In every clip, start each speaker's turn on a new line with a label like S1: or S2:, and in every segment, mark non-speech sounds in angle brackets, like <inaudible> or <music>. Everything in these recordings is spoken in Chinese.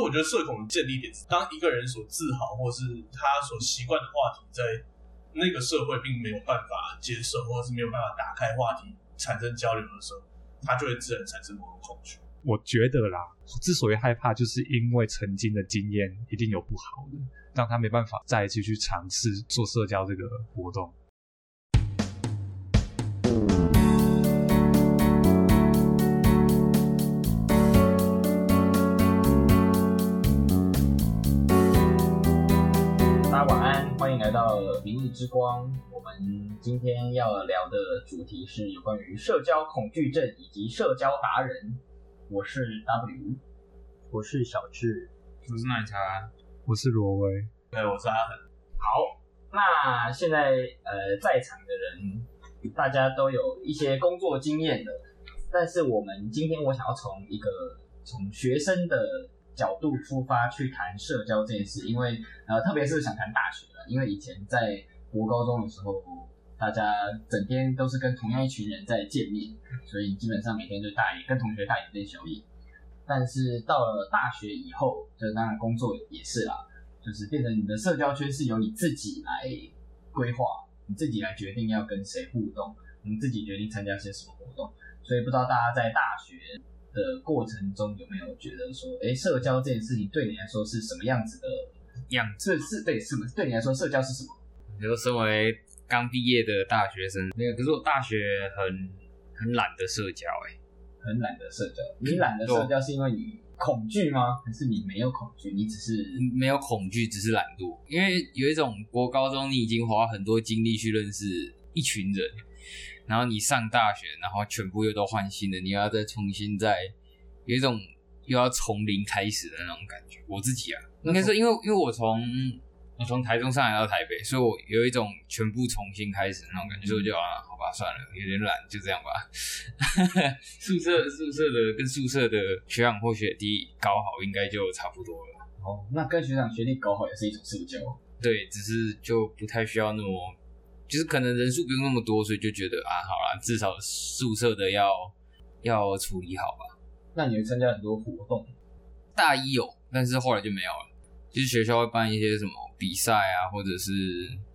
S1: 我觉得社恐的建立点是，当一个人所自豪或是他所习惯的话题，在那个社会并没有办法接受，或是没有办法打开话题产生交流的时候，他就会自然产生某种恐惧。
S2: 我觉得啦，之所以害怕，就是因为曾经的经验一定有不好的，让他没办法再继续尝试做社交这个活动。
S3: 大家晚安，欢迎来到《明日之光》。我们今天要聊的主题是有关于社交恐惧症以及社交达人。我是 W，
S4: 我是小智。
S5: 我是奶茶，
S2: 我是罗威，
S1: 对，我是阿恒，
S3: 好，那现在呃在场的人，大家都有一些工作经验的，但是我们今天我想要从一个从学生的角度出发去谈社交这件事，因为呃特别是想谈大学了，因为以前在国高中的时候，大家整天都是跟同样一群人在见面，所以基本上每天就是大眼跟同学大眼瞪小眼。但是到了大学以后，就当然工作也是啦，就是变成你的社交圈是由你自己来规划，你自己来决定要跟谁互动，你自己决定参加些什么活动。所以不知道大家在大学的过程中有没有觉得说，哎、社交这件事情对你来说是什么样子的？
S5: 样子。
S3: 是是对什么？对你来说，社交是什么？
S5: 比如身为刚毕业的大学生，没有，可是我大学很很懒得社交、欸，哎，
S3: 很懒得社交。
S5: 嗯
S3: 你懒得社交是因为你恐惧吗？还是你没有恐惧？你只是
S5: 嗯没有恐惧，只是懒惰。因为有一种国高中，你已经花很多精力去认识一群人，然后你上大学，然后全部又都换新的，你又要再重新再有一种又要从零开始的那种感觉。我自己啊，应该是因为因为我从我从台中上来到台北，所以我有一种全部重新开始的那种感觉，所以我就啊，好吧，算了，有点懒，就这样吧。 <laughs> 宿舍宿舍的跟宿舍的学长或学弟搞好，应该就差不多了。
S3: 哦，那跟学长学弟搞好也是一种社交。哦
S5: 对，只是就不太需要那么，就是可能人数不用那么多，所以就觉得啊，好啦，至少宿舍的要要处理好吧。
S3: 那你会参加很多活动，
S5: 大一有，但是后来就没有了。就是学校会办一些什么比赛啊，或者是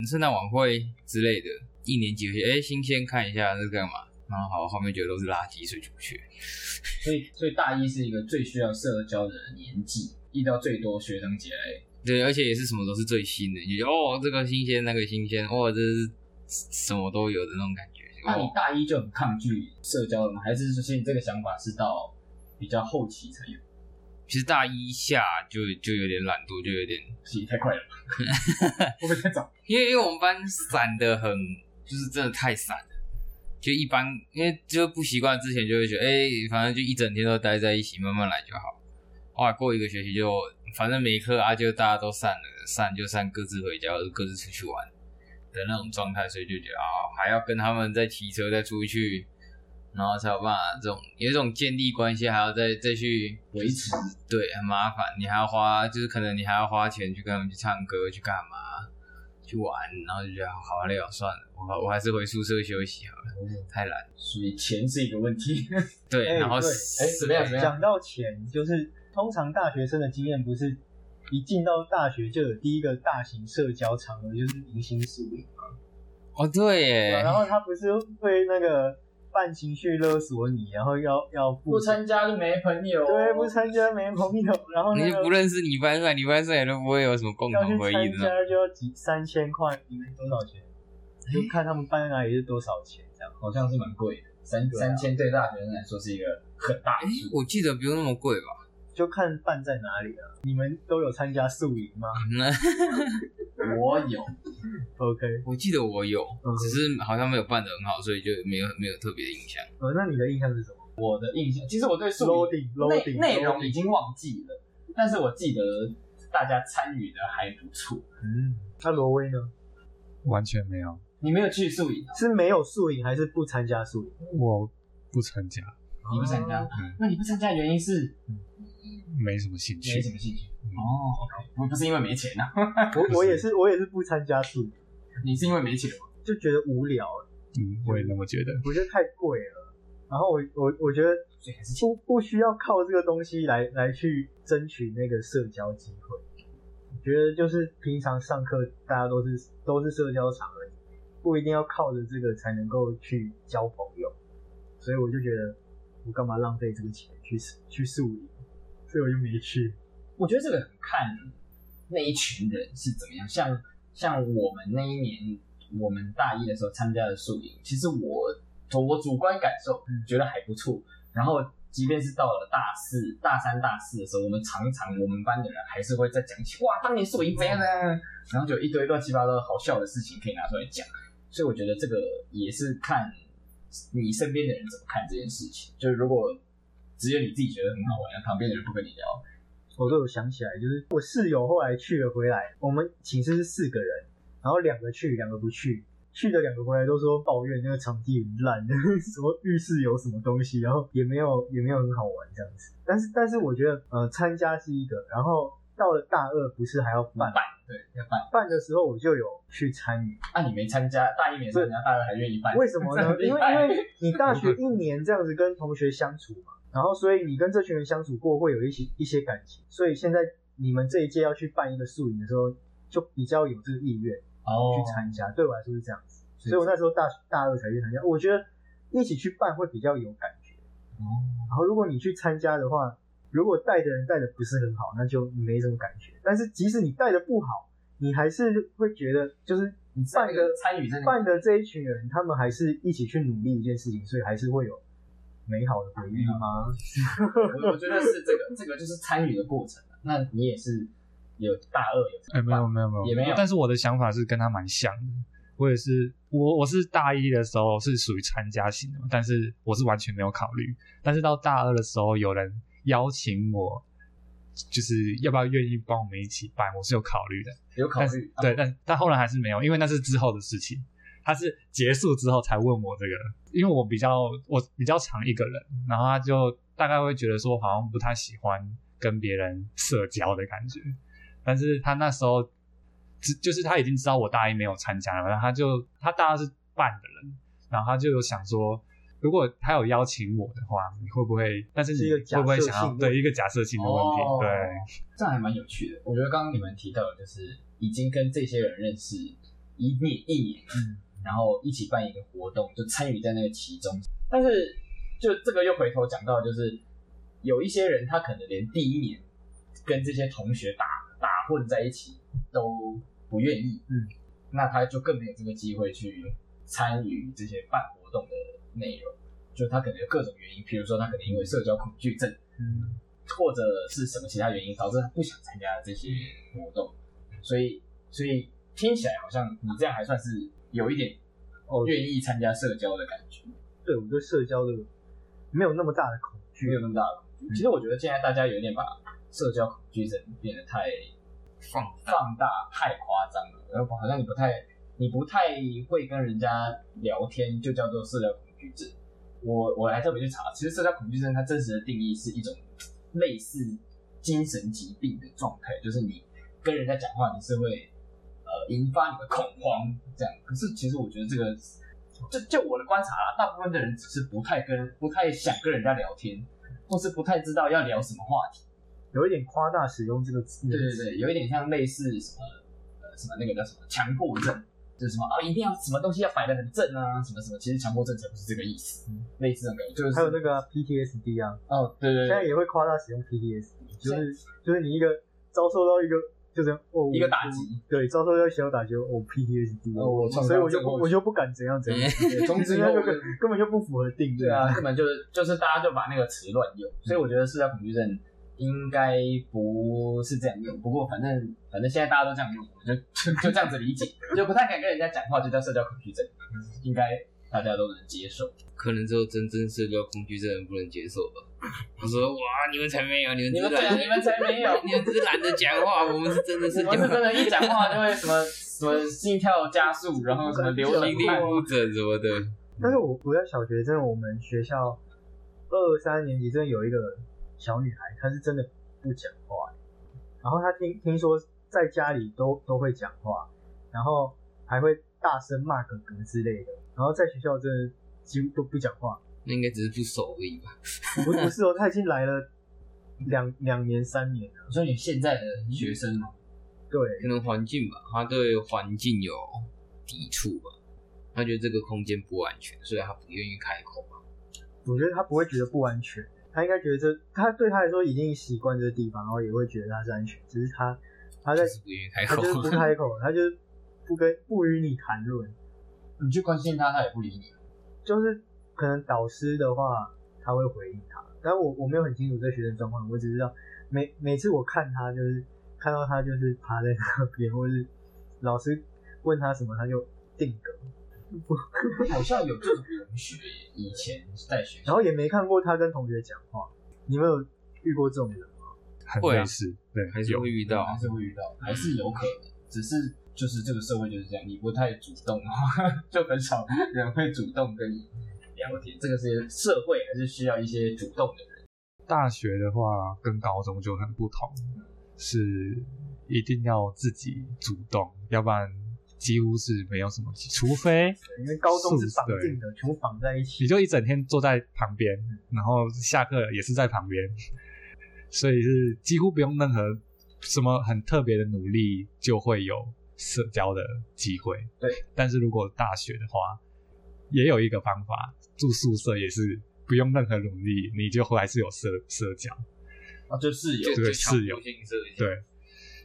S5: 圣诞晚会之类的，一年级有些哎、新鲜看一下这是干嘛，然后好后面觉得都是垃圾，所以就不去。
S3: 所以所以大一是一个最需要社交的年纪，遇到最多学长姐来。
S5: 对，而且也是什么都是最新的，你就觉得哦这个新鲜那个新鲜，哦这是什么都有的那种感觉。
S3: 那你
S5: 哦
S3: 大一就很抗拒社交了吗？还是说你这个想法是到比较后期才有？
S5: 其实大一下就就有点懒惰，就有点
S3: 起太
S5: <laughs>
S3: 快了吧，会不会太早？
S5: 因为因为我们班散的很，就是真的太散了。就一般，因为就不习惯，之前就会觉得，哎、反正就一整天都待在一起，慢慢来就好。后来过一个学期就，反正没课啊，就大家都散了，散就散，各自回家，或者各自出去玩的那种状态，所以就觉得啊，还要跟他们再骑车再出去，然后才有办法这种有一种建立关系，还要再再去
S3: 维持
S5: 对，很麻烦，你还要花，就是可能你还要花钱去跟他们去唱歌，去干嘛，去玩，然后就觉得好累哦，算了，我我还是回宿舍休息好了，太懒。
S3: 所以钱是一个问题。
S5: 对，
S4: 哎
S5: 然后
S4: 对
S5: 是
S3: 哎怎么样怎么样
S4: 讲到钱，就是通常大学生的经验不是一进到大学就有第一个大型社交场合，就是迎新宿营嘛。
S5: 哦，对耶，
S4: 然后他不是会那个办情绪勒索你，然后要要付钱，
S3: 加就没朋友
S4: 对，不参加没朋友，然后
S5: 你
S4: 那
S5: 就不
S4: 个
S5: 认识你班上，你班上也都不会有什么共
S4: 要去
S5: 同回忆
S4: 参
S5: 的那种。
S4: 加就要几三千块，你们多少钱？就看他们办在哪里是多少钱这样。
S3: 好像是蛮贵的，三、
S4: 对啊
S3: 三千对大学生来说是一个很大
S5: 哎
S3: 的数。
S5: 我记得不用那么贵吧？
S4: 就看办在哪里啊。你们都有参加宿营吗
S5: 那
S3: 我有，
S4: ？OK，
S5: 我记得我有
S4: 嗯，
S5: 只是好像没有办得很好，所以就没有没有特别的印象。
S4: 呃，那你的印象是什么
S3: 我的印象，其实我对宿营内
S4: ？loading loading
S3: 内容已经忘记了，但是我记得大家参与的还不错。
S4: 嗯，那罗威呢？
S2: 完全没有，
S3: 你没有去宿营啊，
S4: 是没有宿营还是不参加宿营？
S2: 我不参加，
S3: 你不参加
S4: 哦，
S3: 那你不参加的原因是
S2: 没什么兴趣
S3: 没。什么兴趣哦。OK，不不是因为没钱啊，
S4: 我我也是我也是不参加宿营，
S3: 你是因为没钱吗？
S4: 就觉得无聊了，
S2: 嗯，我也那么觉得。
S4: 我觉得太贵了。然后我我我觉得
S6: 所以还是
S4: 不不需要靠这个东西来来去争取那个社交机会。我觉得就是平常上课大家都是都是社交场合，不一定要靠着这个才能够去交朋友。所以我就觉得我干嘛浪费这个钱去去宿营，所以我就没去。
S6: 我觉得这个很看那一群人是怎么样。像像我们那一年，我们大一的时候参加的宿营，其实我从我主观感受觉得还不错。然后即便是到了大四、大三、大四的时候，我们常常我们班的人还是会再讲起哇，当年宿营怎样怎样，怎样然后就有一堆乱七八糟好笑的事情可以拿出来讲。所以我觉得这个也是看你身边的人怎么看这件事情。就是如果只有你自己觉得很好玩，旁边的人不跟你聊，
S4: 我都有想起来，就是我室友后来去了回来，我们寝室是四个人，然后两个去，两个不去，去的两个回来都说抱怨那个场地很烂， <laughs> 什么浴室有什么东西，然后也没有也没有很好玩这样子。但是但是我觉得呃参加是一个，然后到了大二不是还要办，
S6: 对，要办。
S4: 办的时候我就有去参与，
S6: 啊，你没参加，大一没参加，大二还愿意办，
S4: 为什么呢？
S6: 这
S4: 因
S6: 样
S4: 为
S6: 厉害
S4: 因为你大学一年这样子跟同学相处嘛，然后所以你跟这群人相处过，会有一些一些感情，所以现在你们这一届要去办一个宿营的时候，就比较有这个意愿去
S6: 哦，
S4: 参加。对我来说是这样子，
S6: 是
S4: 所以我那时候大大二才去参加，我觉得一起去办会比较有感觉。
S6: 哦，
S4: 然后如果你去参加的话，如果带的人带的不是很好，那就没什么感觉。但是即使你带的不好，你还是会觉得就是
S6: 你知道
S4: 办
S6: 那
S4: 个
S6: 个参与在那
S4: 办的这一群人，他们还是一起去努力一件事情，所以还是会有美好的回忆吗？
S6: 个，我我觉得是这个，这个就是参与的过程啊。那你也是有大二有
S2: 哎，没有没有没有，
S6: 也没有
S2: 但是我的想法是跟他蛮像的，我也是，我我是大一的时候是属于参加型的嘛，但是我是完全没有考虑。但是到大二的时候，有人邀请我，就是要不要愿意帮我们一起办，我是有考虑的。
S6: 有考
S2: 但是
S6: 虑，啊
S2: 哎对，，但但后来还是没有，因为那是之后的事情。他是结束之后才问我这个，因为我比较我比较常一个人，然后他就大概会觉得说好像不太喜欢跟别人社交的感觉，但是他那时候只就是他已经知道我大一没有参加了，然后他就他大二是办的人，然后他就有想说，如果他有邀请我的话，你会不会？但是
S4: 是一
S2: 你
S4: 个假
S2: 会不会
S4: 设
S2: 想要
S4: 性的
S2: 对一个假设性的问题？
S6: 哦
S2: 对。
S6: 这样还蛮有趣的。我觉得刚刚你们提到，的就是已经跟这些人认识一年一年，然后一起办一个活动，就参与在那个其中。但是就这个又回头讲到，就是有一些人他可能连第一年跟这些同学打打混在一起都不愿意，
S4: 嗯，
S6: 那他就更没有这个机会去参与这些办活动的内容。就他可能有各种原因，比如说他可能因为社交恐惧症，
S4: 嗯，
S6: 或者是什么其他原因导致他不想参加这些活动，所以所以听起来好像你这样还算是有一点
S4: 哦
S6: 愿意参加社交的感觉，
S4: <laughs> 对我对社交的没有那么大的恐
S6: 没
S4: 惧
S6: 有。那么大的恐惧。其实我觉得现在大家有一点把社交恐惧症变得太
S5: 放
S6: 放大、太夸张了，然后好像你不太你不太会跟人家聊天，就叫做社交恐惧症。我我还特别去查，其实社交恐惧症它真实的定义是一种类似精神疾病的状态，就是你跟人家讲话，你是会呃引发你的恐慌这样。可是其实我觉得这个，就就我的观察啦，大部分的人只是不太跟不太想跟人家聊天，或是不太知道要聊什么话题。
S4: 有一点夸大使用这个字，
S6: 对对对，有一点像类似什么呃什么那个叫什么强迫症，就是什么啊一定要什么东西要摆得很正啊什么什么，其实强迫症才不是这个意思，类似那个就是
S4: 还有那个啊 PTSD 啊，
S6: 哦对对
S4: 现在
S6: 对，
S4: 也会夸大使用 PTSD，就是就是你一个遭受到一个就是哦
S6: 一个打
S4: 我
S6: 击
S4: 对，遭受到小打击，哦 PTSD，
S6: 哦我创伤
S4: 所以我就
S6: 症候
S4: 不
S6: 群
S4: 我就不敢怎样怎样，
S6: <laughs> 对从此以后
S4: 那
S6: 哎我
S4: 个
S6: 就
S4: 根根本就不符合定义。
S6: 对啊，，根本就是就是大家就把那个词乱用，所以我觉得社交恐惧症应该不是这样用。不过反正反正现在大家都这样用，我就就就这样子理解，就不太敢跟人家讲话，就叫社交恐惧症，应该大家都能接受。
S5: 可能只有真正社交恐惧症的人不能接受吧。我说哇，你们才没有，你们
S6: 你
S5: 只
S6: 们
S5: 是
S6: 对
S5: 懒得
S6: 啊，嗯你，
S5: <laughs>
S6: 们才没有，
S5: 你们只是懒得讲话，我们是真的是
S6: 你们是真的，一讲话就会什么什么心跳加速，然后什么流
S5: 心
S6: 行
S5: 力
S6: 脉
S5: 不整什么的。
S4: 但是我我在小学真的，我们学校二三年级真的有一个小女孩，她是真的不讲话欸，然后她听听说在家里都都会讲话，然后还会大声骂哥哥之类的，然后在学校真的几乎都不讲话，
S5: 那应该只是不熟而已吧？
S4: 不不 <laughs> 是哦，他已经来了两两年三年了，
S6: 你说你现在的学生嘛，
S4: 对，
S5: 可能环境吧，他对环境有抵触吧，他觉得这个空间不安全，所以他不愿意开口吧。
S4: 我觉得他不会觉得不安全，他应该觉得这他对他来说已经习惯这个地方，然后也会觉得他是安全，只是他他在
S5: 就是不愿意开
S4: 他
S5: 口
S4: 就，是不开口，他就是不跟不与你谈论，
S6: 你去关心他，他也不理你。
S4: 就是可能导师的话他会回应他，但我我没有很清楚这学生状况，我只知道每每次我看他就是看到他就是趴在那边，或是老师问他什么他就定格，
S6: 好像有这种同学，以前在学
S4: 然
S6: 校
S4: 后也没看过他跟同学讲话，你们有遇过这种人吗？
S2: 很
S5: 会啊
S2: 类似，对，
S5: <laughs> 还是
S2: 有
S5: 会遇到。
S6: 还是会遇到，还是有可能，只是就是这个社会就是这样，你不太主动的话， <laughs> 就很少人会主动跟你聊天。这个是社会还是需要一些主动的人。
S2: 大学的话跟高中就很不同，是一定要自己主动，要不然几乎是没有什么机，除非
S4: 因为高中是绑
S2: 对
S4: 定的，全部绑在一起
S2: 你。就一整天坐在旁边，然后下课也是在旁边，所以是几乎不用任何什么很特别的努力就会有社交的机会。
S6: 对，
S2: 但是如果大学的话，也有一个方法，住宿舍也是不用任何努力，你就还是有社社交。
S6: 啊，就室友
S5: 就
S2: 这个
S5: 就强
S2: 室友
S5: 迫性社交
S2: 对，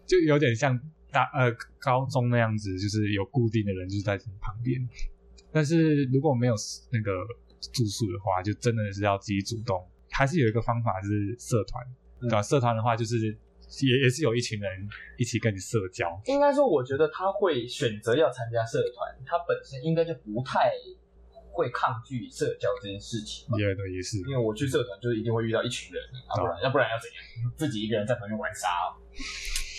S2: 就有点像大呃高中那样子，就是有固定的人就是在你旁边。但是如果没有那个住宿的话，就真的是要自己主动。还是有一个方法是社团，对吧、社团的话就是也也是有一群人一起跟你社交，
S6: 应该说，我觉得他会选择要参加社团，他本身应该就不太会抗拒社交这件事情。
S2: 也对，也是
S6: 因为我去社团就是一定会遇到一群人，啊，不然要不然要怎样？自己一个人在旁边玩沙哦。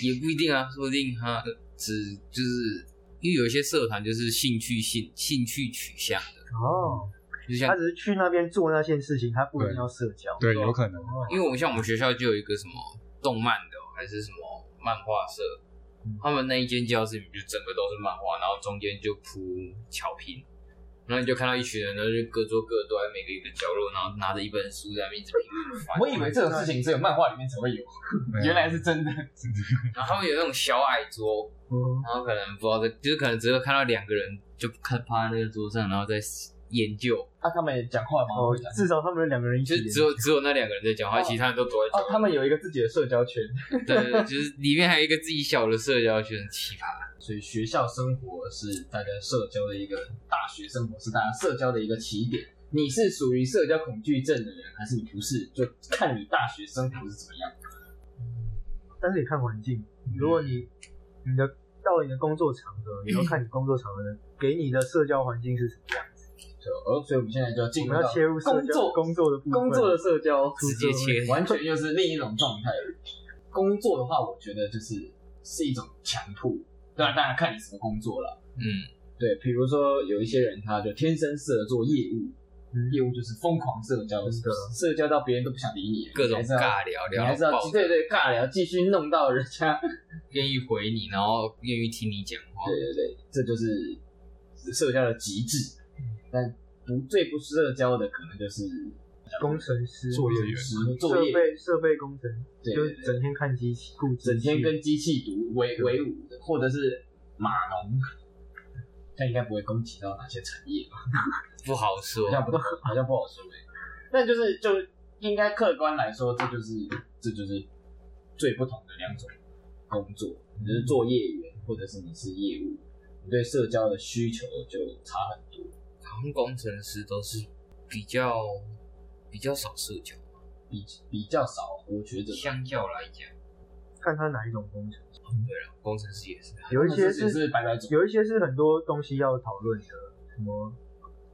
S5: 也不一定啊，说不定他只就是因为有一些社团就是兴趣性兴趣取向的，
S4: 哦，
S5: 就
S4: 他
S5: 像
S4: 只是去那边做那件事情，他不一定要社交。
S2: 对，有可能
S5: 因为我们像我们学校就有一个什么动漫的哦、还是什么漫画社，
S6: 嗯
S5: 他们那一间教室里面就整个都是漫画，然后中间就铺巧拼。然后你就看到一群人，然后就各做各的，都在每个一个角落，然后拿着一本书在那边一直拼命翻。
S6: 我以为这种事情只有漫画里面才会有， <laughs> 原来是真的。
S5: 然后他们有那种小矮桌，
S4: 嗯，
S5: 然后可能不知道在，就是可能只有看到两个人就看趴在那个桌上，然后在研究，
S6: 啊，他们讲话吗？
S4: 哦
S6: 会讲，
S4: 至少他们两个人一
S5: 就
S4: 起
S5: 是只有只有那两个人在讲话，
S6: 哦
S5: 其他人都躲在
S6: 哦，他们有一个自己的社交圈，
S5: 对对，对就是里面还有一个自己小的社交圈，很奇葩。
S6: 所以学校生活是大家社交的一个，大学生活是大家社交的一个起点。你是属于社交恐惧症的人，还是你不是？就看你大学生活是怎么样。
S4: 但是也看环境。
S6: 嗯
S4: 如果你你的到你的工作场合，也要看你工作场合的给你的社交环境是什么。
S6: 对，而所以我们现在就要进
S4: 我
S6: 入
S4: 们要
S6: 到
S4: 切入社
S6: 工
S4: 交
S6: 作
S4: 工作的部分，
S6: 工作的社交，
S5: 直接切
S6: 完全又是另一种状态。工作的话，我觉得就是是一种强迫，当然当然看你什么工作了。
S5: 嗯，
S6: 对，比如说有一些人他就天生适合做业务，
S4: 嗯
S6: 业务就是疯狂社交，
S4: 真的
S6: 社交到别人都不想理你，
S5: 各种
S6: 你还是要
S5: 尬聊
S6: 你
S5: 聊
S6: 还是要
S5: 到爆，
S6: 对对尬聊，继续弄到人家。 <laughs>
S5: 愿意回你，然后愿意听你讲话。
S6: 对对对，这就是社交的极致。
S4: 嗯
S6: 但不最不社交的可能就是
S4: 工程师、
S2: 作业员
S6: 嗯作
S4: 设
S6: 业，
S4: 备设备工程，
S6: 对
S4: 就
S6: 对
S4: 是
S6: 对
S4: 整天看机器，顾机器
S6: 整天跟机器读为为伍的，或者是码农，但应该不会攻击到哪些产业吧？
S5: 不好说
S6: 好。像不 <laughs> 好像不好说哎、但就是就应该客观来说，这就是这就是最不同的两种工作，你是做业员，或者是你是业务，你对社交的需求就差很多。
S5: 航空工程师都是比较比较少社交，
S6: 比比较少，我觉得
S5: 相较来讲，
S4: 看他哪一种工程，
S5: 工程师也是。
S4: 有一些
S6: 只是白白种，
S4: 有一些是很多东西要讨论的，什么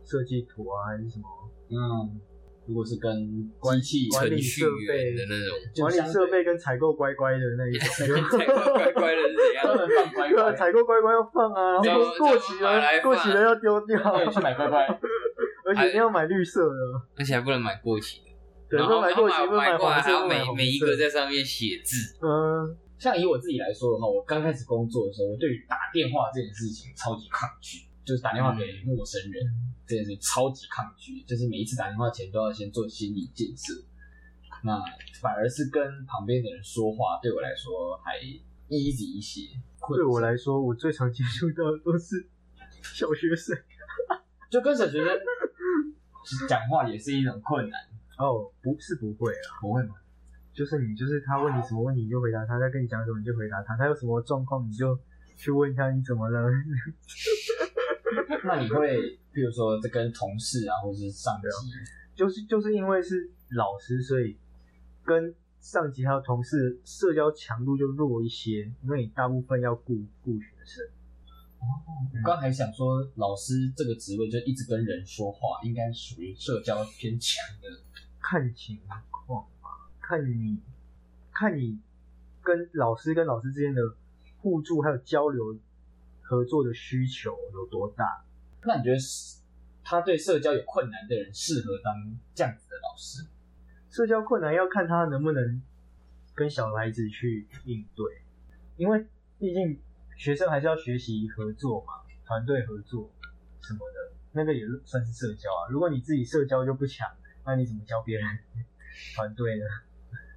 S4: 设计图啊，还是什么
S6: 嗯，如果是跟机器
S4: 管
S5: 程
S4: 理
S5: 序
S4: 设备
S5: 员的那种， <laughs>
S6: 就
S4: 管
S6: 相
S4: 理
S6: 对
S4: 设备跟采购乖乖的那 <laughs> 一种，
S5: 才乖乖的是怎样？
S6: 专门放乖
S4: 对啊，
S6: 乖，
S4: 采购乖乖要放啊，
S5: 这样
S4: 然后过期
S5: 这样买来
S4: 了
S5: 放
S4: 过期了要丢掉，
S3: <laughs>
S6: 对，去买乖乖。
S4: 而且一定要买绿色的，
S5: 而且还不能买过期的，
S4: 对，
S5: 然
S4: 不
S5: 后
S4: 能买
S5: 然后
S4: 过期，不能
S5: 买
S4: 买
S5: 过来，还
S4: 黄色，
S5: 要
S4: 不能买
S5: 每
S4: 红
S5: 每一
S4: 色
S5: 个。在上面写字。
S4: 嗯，
S6: 像以我自己来说的话，我刚开始工作的时候，我对于打电话这件事情超级抗拒，
S3: 就是打电话
S5: 嗯
S3: 给陌生人，这件事超级抗拒，就是每一次打电话前都要先做心理建设。那反而是跟旁边的人说话，对我来说还 easy 一些。
S4: 对我来说，我最常接触到的都是小学生。 <laughs>
S3: 就跟小学生讲话也是一种困难，
S4: 哦，不是不会啊，
S3: 不会吗？
S4: 就是你就是他问你什么问题你就回答他，他跟你讲什么你就回答他，他有什么状况你就去问他你怎么了。
S3: 那你会，比如说在跟同事啊，或是上级，
S4: 就是就是因为是老师，所以跟上级还有同事社交强度就弱一些，因为你大部分要顾顾学生。
S3: 我刚才想说，老师这个职位就一直跟人说话，应该属于社交偏强的。
S4: 看情况吧，看你看你跟老师跟老师之间的互助还有交流合作的需求有多大。
S3: 那你觉得是他对社交有困难的人适合当这样子的老师？
S4: 社交困难要看他能不能跟小孩子去应对，因为毕竟学生还是要学习合作嘛，团队合作什么的，那个也算是社交啊。如果你自己社交就不强，那你怎么教别人 <laughs> 团队呢？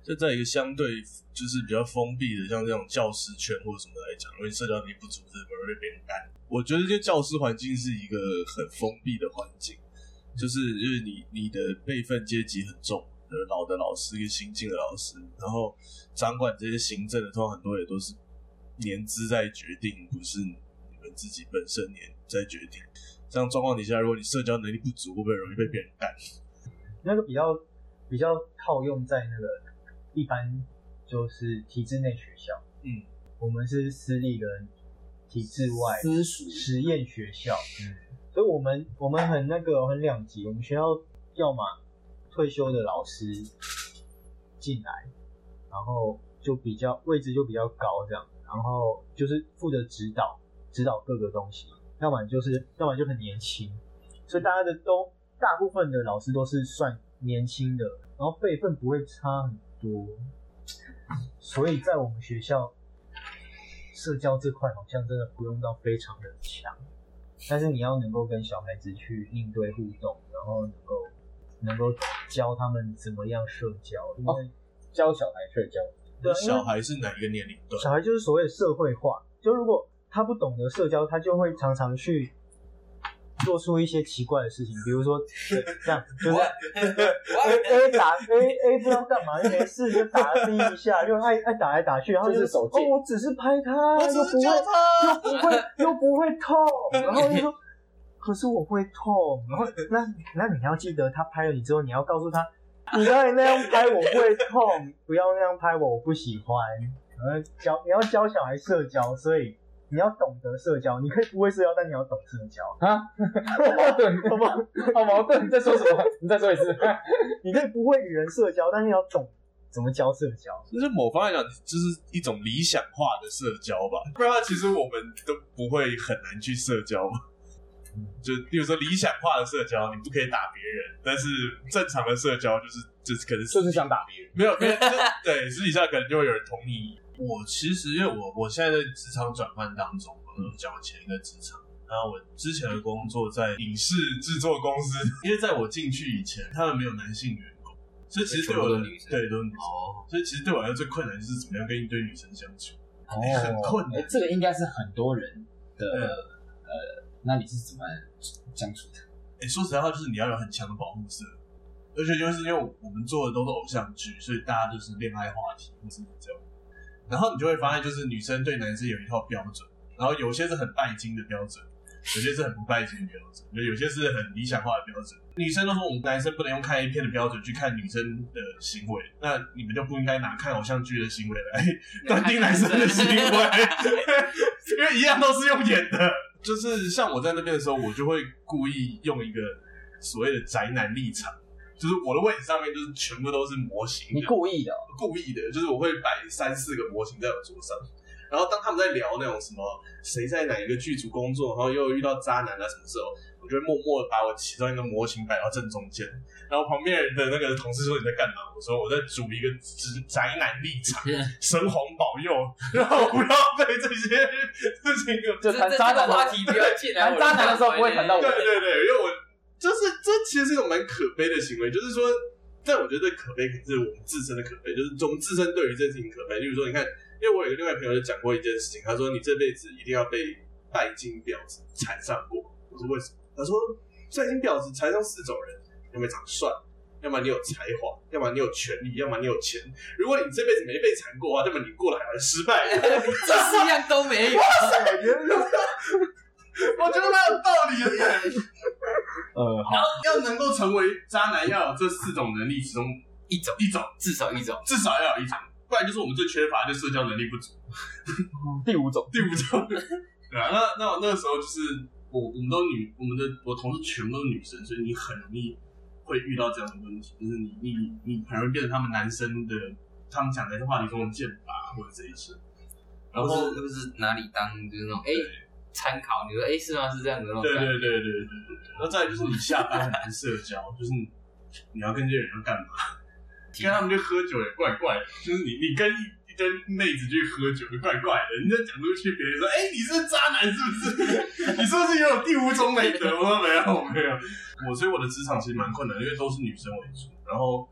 S1: 就在一个相对就是比较封闭的，像这种教师圈或什么来讲，因为社交能力不足，这个容易被别人干。我觉得就教师环境是一个很封闭的环境，就是就是你你的辈分阶级很重，呃，老的老师跟新进的老师，然后掌管这些行政的，通常很多也都是年资在决定，不是你们自己本身年在决定。这样状况底下，如果你社交能力不足，会不会容易被别人干？
S4: 那个比较比较套用在那个一般就是体制内学校，
S1: 嗯，
S4: 我们是私立跟体制外
S3: 私塾
S4: 实验学校，嗯，所以我们我们很那个很两极，我们学校要么退休的老师进来，然后就比较位置就比较高这样，然后就是负责指导指导各个东西，要么就是要么就很年轻，所以大家的都大部分的老师都是算年轻的，然后辈分不会差很多，所以在我们学校社交这块好像真的不用到非常的强，但是你要能够跟小孩子去应对互动，然后能够能够教他们怎么样社交，因为、
S3: 哦教小孩社交，
S4: 对啊因为
S1: 小孩是哪一个年龄段？
S4: 小孩就是所谓的社会化，就如果他不懂得社交，他就会常常去做出一些奇怪的事情，比如说这样，就是
S3: <laughs>
S4: A A 打 A A 不知道干嘛，就没事就打 B 一下，就爱爱打来打去，然后就
S3: 这是手
S4: 哦
S3: 贱，
S4: 我只是拍他，又不会
S1: 他，
S4: 不会又不会痛，然后就说，可是我会痛，然后那那你要记得，他拍了你之后，你要告诉他，你刚才那样拍我会痛，不要那样拍我，我不喜欢。然后教你要教小孩社交，所以你要懂得社交，你可以不会社交，但你要懂社交，
S3: 啊 <laughs> 好矛盾，好矛好矛盾，你在说什么？你再说一次。
S4: 你可以不会与人社交，但是你要懂怎么教社交。
S1: 就是某方面来讲，就是一种理想化的社交吧。不然的话，其实我们都不会很难去社交嘛。就比如说理想化的社交，你不可以打别人，但是正常的社交就是就是可能
S3: 就是想打别人，
S1: 没有没有，就 <laughs> 对，私底下可能就会有人捅你。我其实因为我我现在在职场转换当中，我有讲我前一个职场，然后我之前的工作在影视制作公司，因为在我进去以前，他们没有男性员工，所以其实对我的
S5: 全部都是女生
S1: 对都是女生，所以其实对我来说最困难就是怎么样跟一堆女生相处，
S3: 哦
S1: 很困难
S3: 哎这个应该是很多人的呃，那你是怎么相处的？
S1: 哎、说实在话，就是你要有很强的保护色，而且就是因为我们做的都是偶像剧，所以大家就是恋爱话题或是这样，然后你就会发现，就是女生对男生有一套标准，然后有些是很拜金的标准，有些是很不拜金的标准，有些是很理想化的标准。女生都说我们男生不能用看 A 片的标准去看女生的行为，那你们就不应该拿看偶像剧的行为来 <laughs> 断定男生的行为，因为一样都是用演的。就是像我在那边的时候，我就会故意用一个所谓的宅男立场，就是我的位置上面就是全部都是模型
S3: 你
S1: 的，
S3: 故意的哦，
S1: 故意的，就是我会摆三四个模型在我桌上，然后当他们在聊那种什么谁在哪一个剧组工作，然后又遇到渣男啊什么时候，我就会默默的把我其中一个模型摆到正中间，然后旁边人的那个同事说你在干嘛？我说我在组一个直宅男立
S3: <laughs>
S1: 场，神皇保佑， <laughs> 然后不要被这些 <laughs> 事情给
S4: 就谈渣男
S6: 的
S4: 的
S6: 话题不要进来。
S4: 谈渣男的时候不会谈到我
S1: 对对对，因为我 <laughs> 就是这其实是一种蛮可悲的行为，就是说，但我觉得可悲可能是我们自身的可悲，就是我们自身对于这件事情可悲。例如说，你看，因为我有一个另外一个朋友就讲过一件事情，他说你这辈子一定要被拜金婊子缠上过。我说为什么？他说拜金婊子缠上四种人，要么长得帅。要么你有才华，要么你有权利，要么你有钱。如果你这辈子没被缠过啊，那么你过得还蛮失败的。
S6: 这四样都没有。
S1: 我觉得蛮有道理的。
S4: <laughs> 呃，好，
S1: 要能够成为渣男，要有这四种能力其中一种，一种
S6: 至少一种。
S1: 至少要有一种，不然就是我们最缺乏的就是社交能力不足。
S4: 第五种，
S1: 第五种，
S6: <laughs>
S1: 对啊，那那我那个时候就是我我们都女，我们的我同事全部都是女生，所以你很容易会遇到这样的问题，就是你你你很容易变成他们男生的他们讲的话题中的剑拔或者这一些。然
S6: 然后
S1: 后
S6: 是不是哪里当就是那种哎参考，你说哎是吗？是这样的那种
S1: 对
S6: 感
S1: 对
S6: 觉。
S1: 对对对对对，然后再来就是你下班很难社交，就是你你要跟这些人要干嘛？跟他们去喝酒也怪怪的，就是你你跟一堆妹子去喝酒也怪怪的，你再讲出去，别人说哎、你是渣男是不 <laughs> 是？你是不是也有第五种美德？我说没有没有，我所以我的职场其实蛮困难的，因为都是女生为主，然后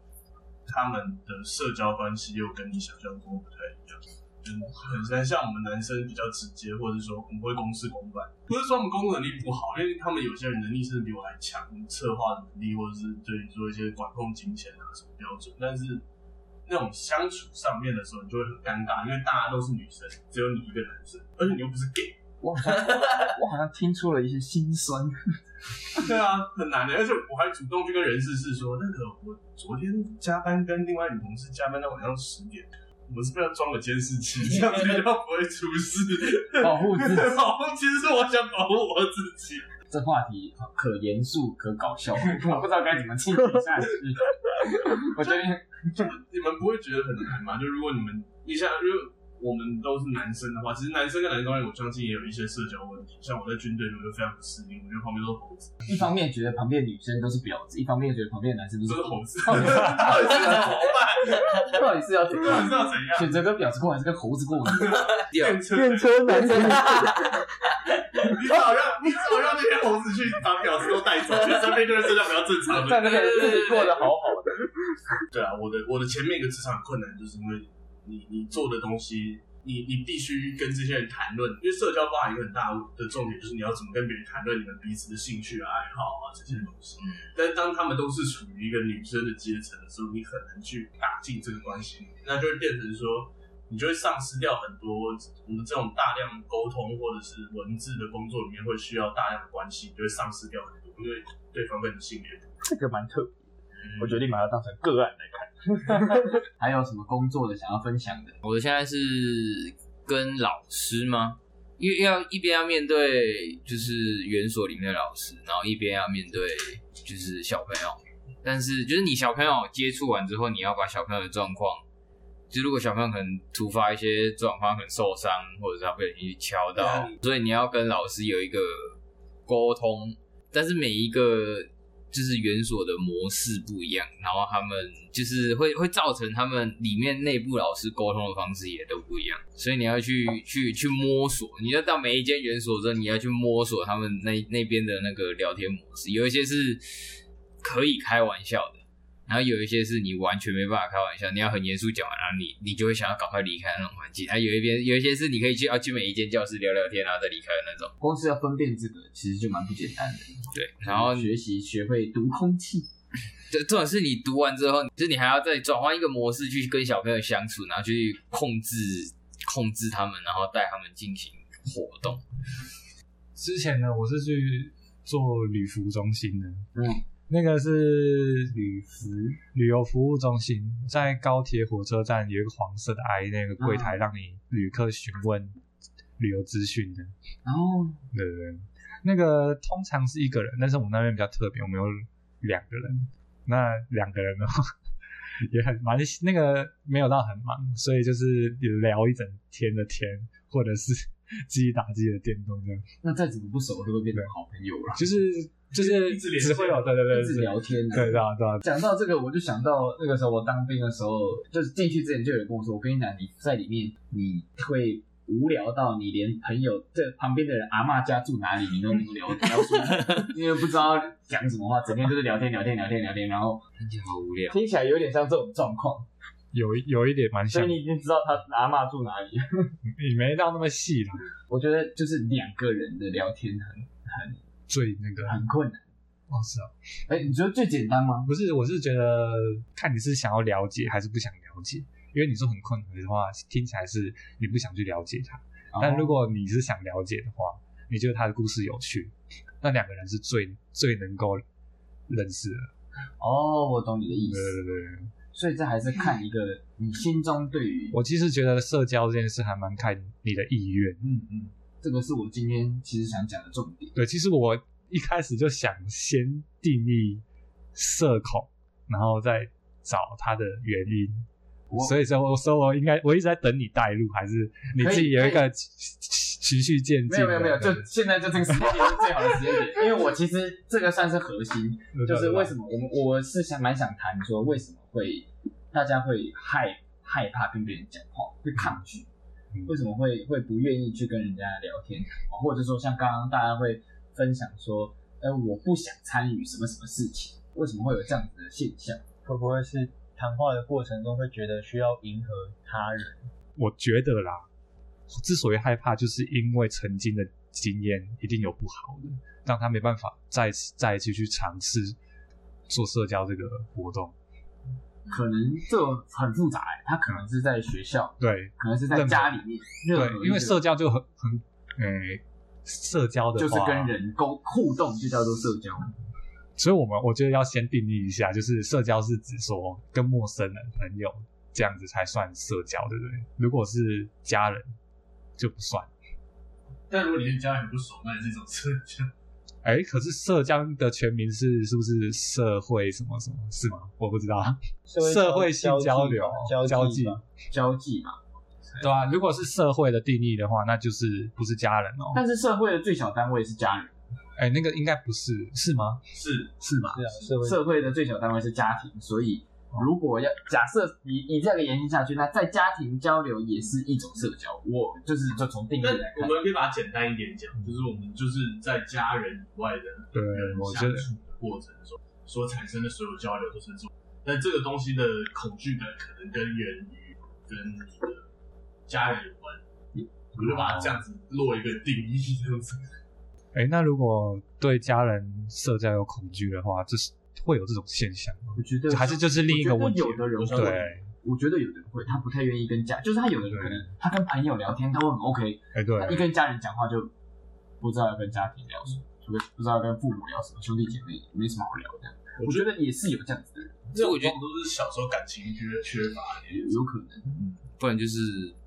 S1: 他们的社交关系又跟你想象中不太一样。就是很难像我们男生比较直接，或者说我们会公事公办。不是说我们工作能力不好，因为他们有些人能力甚至比我还强，策划的能力或者是对于做一些管控金钱啊什么标准，但是那种相处上面的时候，你就会很尴尬，因为大家都是女生，只有你一个男生，而且你又不是 gay，
S4: 我好像我好像听出了一些心酸。
S1: <laughs> 对啊，很难的。而且我还主动去跟人事室说，那个我昨天加班跟另外女同事加班到晚上十点。我们是不是要装个监视器，这样子比较不会出事？
S4: 保
S1: <laughs>
S4: 护自己，
S1: 保护，其实是我想保护我自己。
S7: 这话题可严肃可搞笑，我不知道该怎么进行下去。 <laughs> 我觉得
S1: 你们不会觉得很难吗？就如果你们，你想，如果我们都是男生的话，其实男生跟男生之间，我相信也有一些社交问题。像我在军队，我就非常不适应，我觉得旁边都是 <laughs> 猴子，
S7: 一方面觉得旁边的女生都是婊子，一方面又觉得旁边的男生都是
S1: 都是猴子，到底是怎么办？
S7: 到底是要怎
S1: 到底
S7: 样
S1: 是要怎样？
S7: 选择跟婊子过还是跟猴子过呢？
S1: 电车，
S8: 电车男子，
S1: 你早让，你早让那些猴子去把婊子都带走，其实身边就是社交比较正常的。
S4: 在那个自己过得好好的，
S1: 对啊，我的我的前面一个职场困难就是因为你你做的东西，你你必须跟这些人谈论，因为社交包含一个很大的重点就是你要怎么跟别人谈论你们彼此的兴趣啊、爱好啊这些东西。但是当他们都是处于一个女生的阶层的时候，你很难去打进这个关系里面，那就会变成说。你就会丧失掉很多我们这种大量沟通或者是文字的工作里面会需要大量的关系，你就会丧失掉很多，因为对方跟你性别不
S4: 这个蛮特别。我决定把它当成个案来看。
S7: 还有什么工作的想要分享的？
S6: 我现在是跟老师吗？因为要一边要面对就是园所里面的老师，然后一边要面对就是小朋友。但是就是你小朋友接触完之后，你要把小朋友的状况，就如果小朋友可能突发一些状况，可能受伤，或者是他不小心去敲到，所以你要跟老师有一个沟通。但是每一个就是园所的模式不一样，然后他们就是会会造成他们里面内部老师沟通的方式也都不一样，所以你要去去去摸索，你要到每一间园所之后，你要去摸索他们那那边的那个聊天模式，有一些是可以开玩笑的，然后有一些是你完全没办法开玩笑，你要很严肃讲完，然后你你就会想要赶快离开那种环境，还啊有一边有一些是你可以去啊要去每一间教室聊聊天，然后再离开的那种。
S7: 光是要分辨这个，其实就蛮不简单的。
S6: 对，然后
S7: 学习学会读空气，
S6: <laughs> 这这种是你读完之后，就是你还要再转换一个模式去跟小朋友相处，然后去控制控制他们，然后带他们进行活动。
S2: 之前呢，我是去做旅服中心的，
S7: 嗯，
S2: 那个是旅服旅游服务中心，在高铁火车站有一个黄色的 I 那个柜台，让你旅客询问旅游资讯的，
S7: 然后
S2: 对对对，那个通常是一个人，但是我们那边比较特别，我们有两个人，那两个人呢， <laughs> 也很蛮那个没有到很忙，所以就是聊一整天的天，或者是 <laughs> 自己打自己的电动这样，
S6: 那再怎么不熟都会变成好朋友了，
S2: 就是就是
S1: 一直连
S2: 只会有对对对，
S6: 一直聊天啊
S2: 对对啊对啊，
S6: 讲到这个，我就想到那个时候我当兵的时候，就是进去之前就有人跟我说，我跟你讲，你在里面你会无聊到你连朋友这旁边的人阿嬷家住哪里你都能聊聊出 <laughs> 来，因为不知道讲什么话，整天就是聊天聊天聊天聊天，然后
S5: 听起来好无聊。
S6: 听起来有点像这种状况，
S2: 有一有一点蛮
S6: 所
S2: 像
S6: 以，你已经知道他阿嬷住哪里了。
S2: 你没到那么细啦，
S6: <laughs> 我觉得就是两个人的聊天很
S2: 最那个
S6: 很困难。
S2: 哦是啊，
S6: 哎、你觉得最简单吗？
S2: 不是，我是觉得看你是想要了解还是不想了解，因为你说很困难的话，听起来是你不想去了解它，
S6: 哦
S2: 但如果你是想了解的话，你觉得他的故事有趣，那两个人是最最能够认识的。
S6: 哦，我懂你的意
S2: 对
S6: 思，
S2: 对对，对
S6: 所以这还是看一个你心中对于
S2: 我其实觉得社交这件事还蛮看你的意愿。
S6: 嗯，嗯，这个是我今天其实想讲的重点。
S2: 对，其实我一开始就想先定义社恐，然后再找它的原因。所以说，我说我应该，我一直在等你带路，还是你自己有一个循序渐进
S6: 没
S2: 的？
S6: 有没有没有，就现在就这个时间点是最好的时间点，因为我其实这个算是核心，就是为什么我们我是想蛮想谈说为什么会大家会害害怕跟别人讲话，会抗拒，
S2: 嗯
S6: 为什么会会不愿意去跟人家聊天，或者说像刚刚大家会分享说，呃，我不想参与什么什么事情，为什么会有这样子的现象？
S4: 会不会是谈话的过程中会觉得需要迎合他人？
S2: 我觉得啦，之所以害怕，就是因为曾经的经验一定有不好的，让他没办法再次再继续尝试做社交这个活动。
S6: 可能这种很复杂、欸，他可能是在学校。
S2: 对
S6: 可能是在家里面，任何一
S2: 对，
S6: 个
S2: 因为社交就很很，诶、社交的
S6: 就
S2: 话
S6: 是跟人沟互动就叫做社交。
S2: 所以我们我觉得要先定义一下，就是社交是指说跟陌生人、朋友这样子才算社交，对不对？如果是家人就不算。
S1: 但如果你跟家人不熟，那也是一种社交。
S2: 哎，可是社交的全名是是不是社会什么什么？是吗？我不知道。社会性交流
S4: 交
S2: 交
S4: 际
S2: 际
S4: 吧，
S6: 交际嘛。
S2: <laughs> 对啊，如果是社会的定义的话，那就是不是家人哦。
S6: 但是社会的最小单位是家人，
S2: 哎，那个应该不是，是吗？
S1: 是
S2: 是吗？
S4: 对啊，社会
S6: 社会的最小单位是家庭，所以如果要假设你以这个延伸下去，那在家庭交流也是一种社交。我就是就从定义
S1: 但
S2: 嗯
S6: 来
S1: 我
S6: 看，
S1: 们可以把它简单一点讲，就是我们就是在家人以外的
S2: 对
S1: 人，
S2: 我觉
S1: 相
S2: 得
S1: 处的过程中所产生的所有交流都是这种。但这个东西的恐惧感可能根源于跟你的家人有关，
S2: 嗯
S1: 我就把它这样子落一个定义，这样子。
S2: 哎，那如果对家人社交有恐惧的话，这是会有这种现象吗？
S6: 我觉得
S2: 还是就是另一个
S6: 我
S2: 问
S6: 觉
S2: 题
S6: 得有的人
S2: 对，
S6: 会，我觉得有的人会，他不太愿意跟家，就是他有的人可能他跟朋友聊天他会很 OK，
S2: 哎
S6: 他一
S2: 对，
S6: 跟家人讲话就不知道要跟家庭聊什么，除非不知道要跟父母聊什么，兄弟姐妹没什么好聊的。我觉得也是有这样子的人，
S1: 这
S5: 这
S1: 种
S5: 我觉得
S1: 通常都是小时候感情缺缺乏，
S6: 有有可能，
S5: 不然就是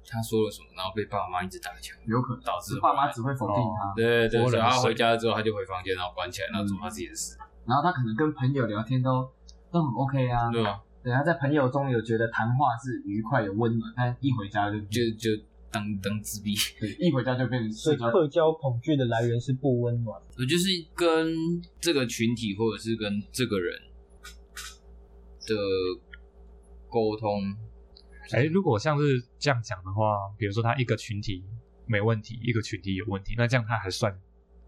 S5: 他说了什么，然后被爸妈一直打枪，
S6: 有可能
S5: 导致
S6: 爸妈只会否定他，
S5: 对对对，
S2: 我
S5: 所以
S2: 忍
S5: 他
S2: 受
S5: 回家之后他就回房间，然后关起来，然后做他自己的事，
S6: 然后他可能跟朋友聊天都都很 OK 啊，
S5: 对吧？
S6: 对，他在朋友中有觉得谈话是愉快有温暖，但一回家就就
S5: 就就当当自闭。
S6: 对，一回家就变成
S4: 所
S6: 社
S4: 以
S6: 交。
S4: 客交恐惧的来源是不温暖。
S5: 我呃就是跟这个群体或者是跟这个人的沟通，
S2: 哎，如果像是这样讲的话，比如说他一个群体没问题，一个群体有问题，那这样他还算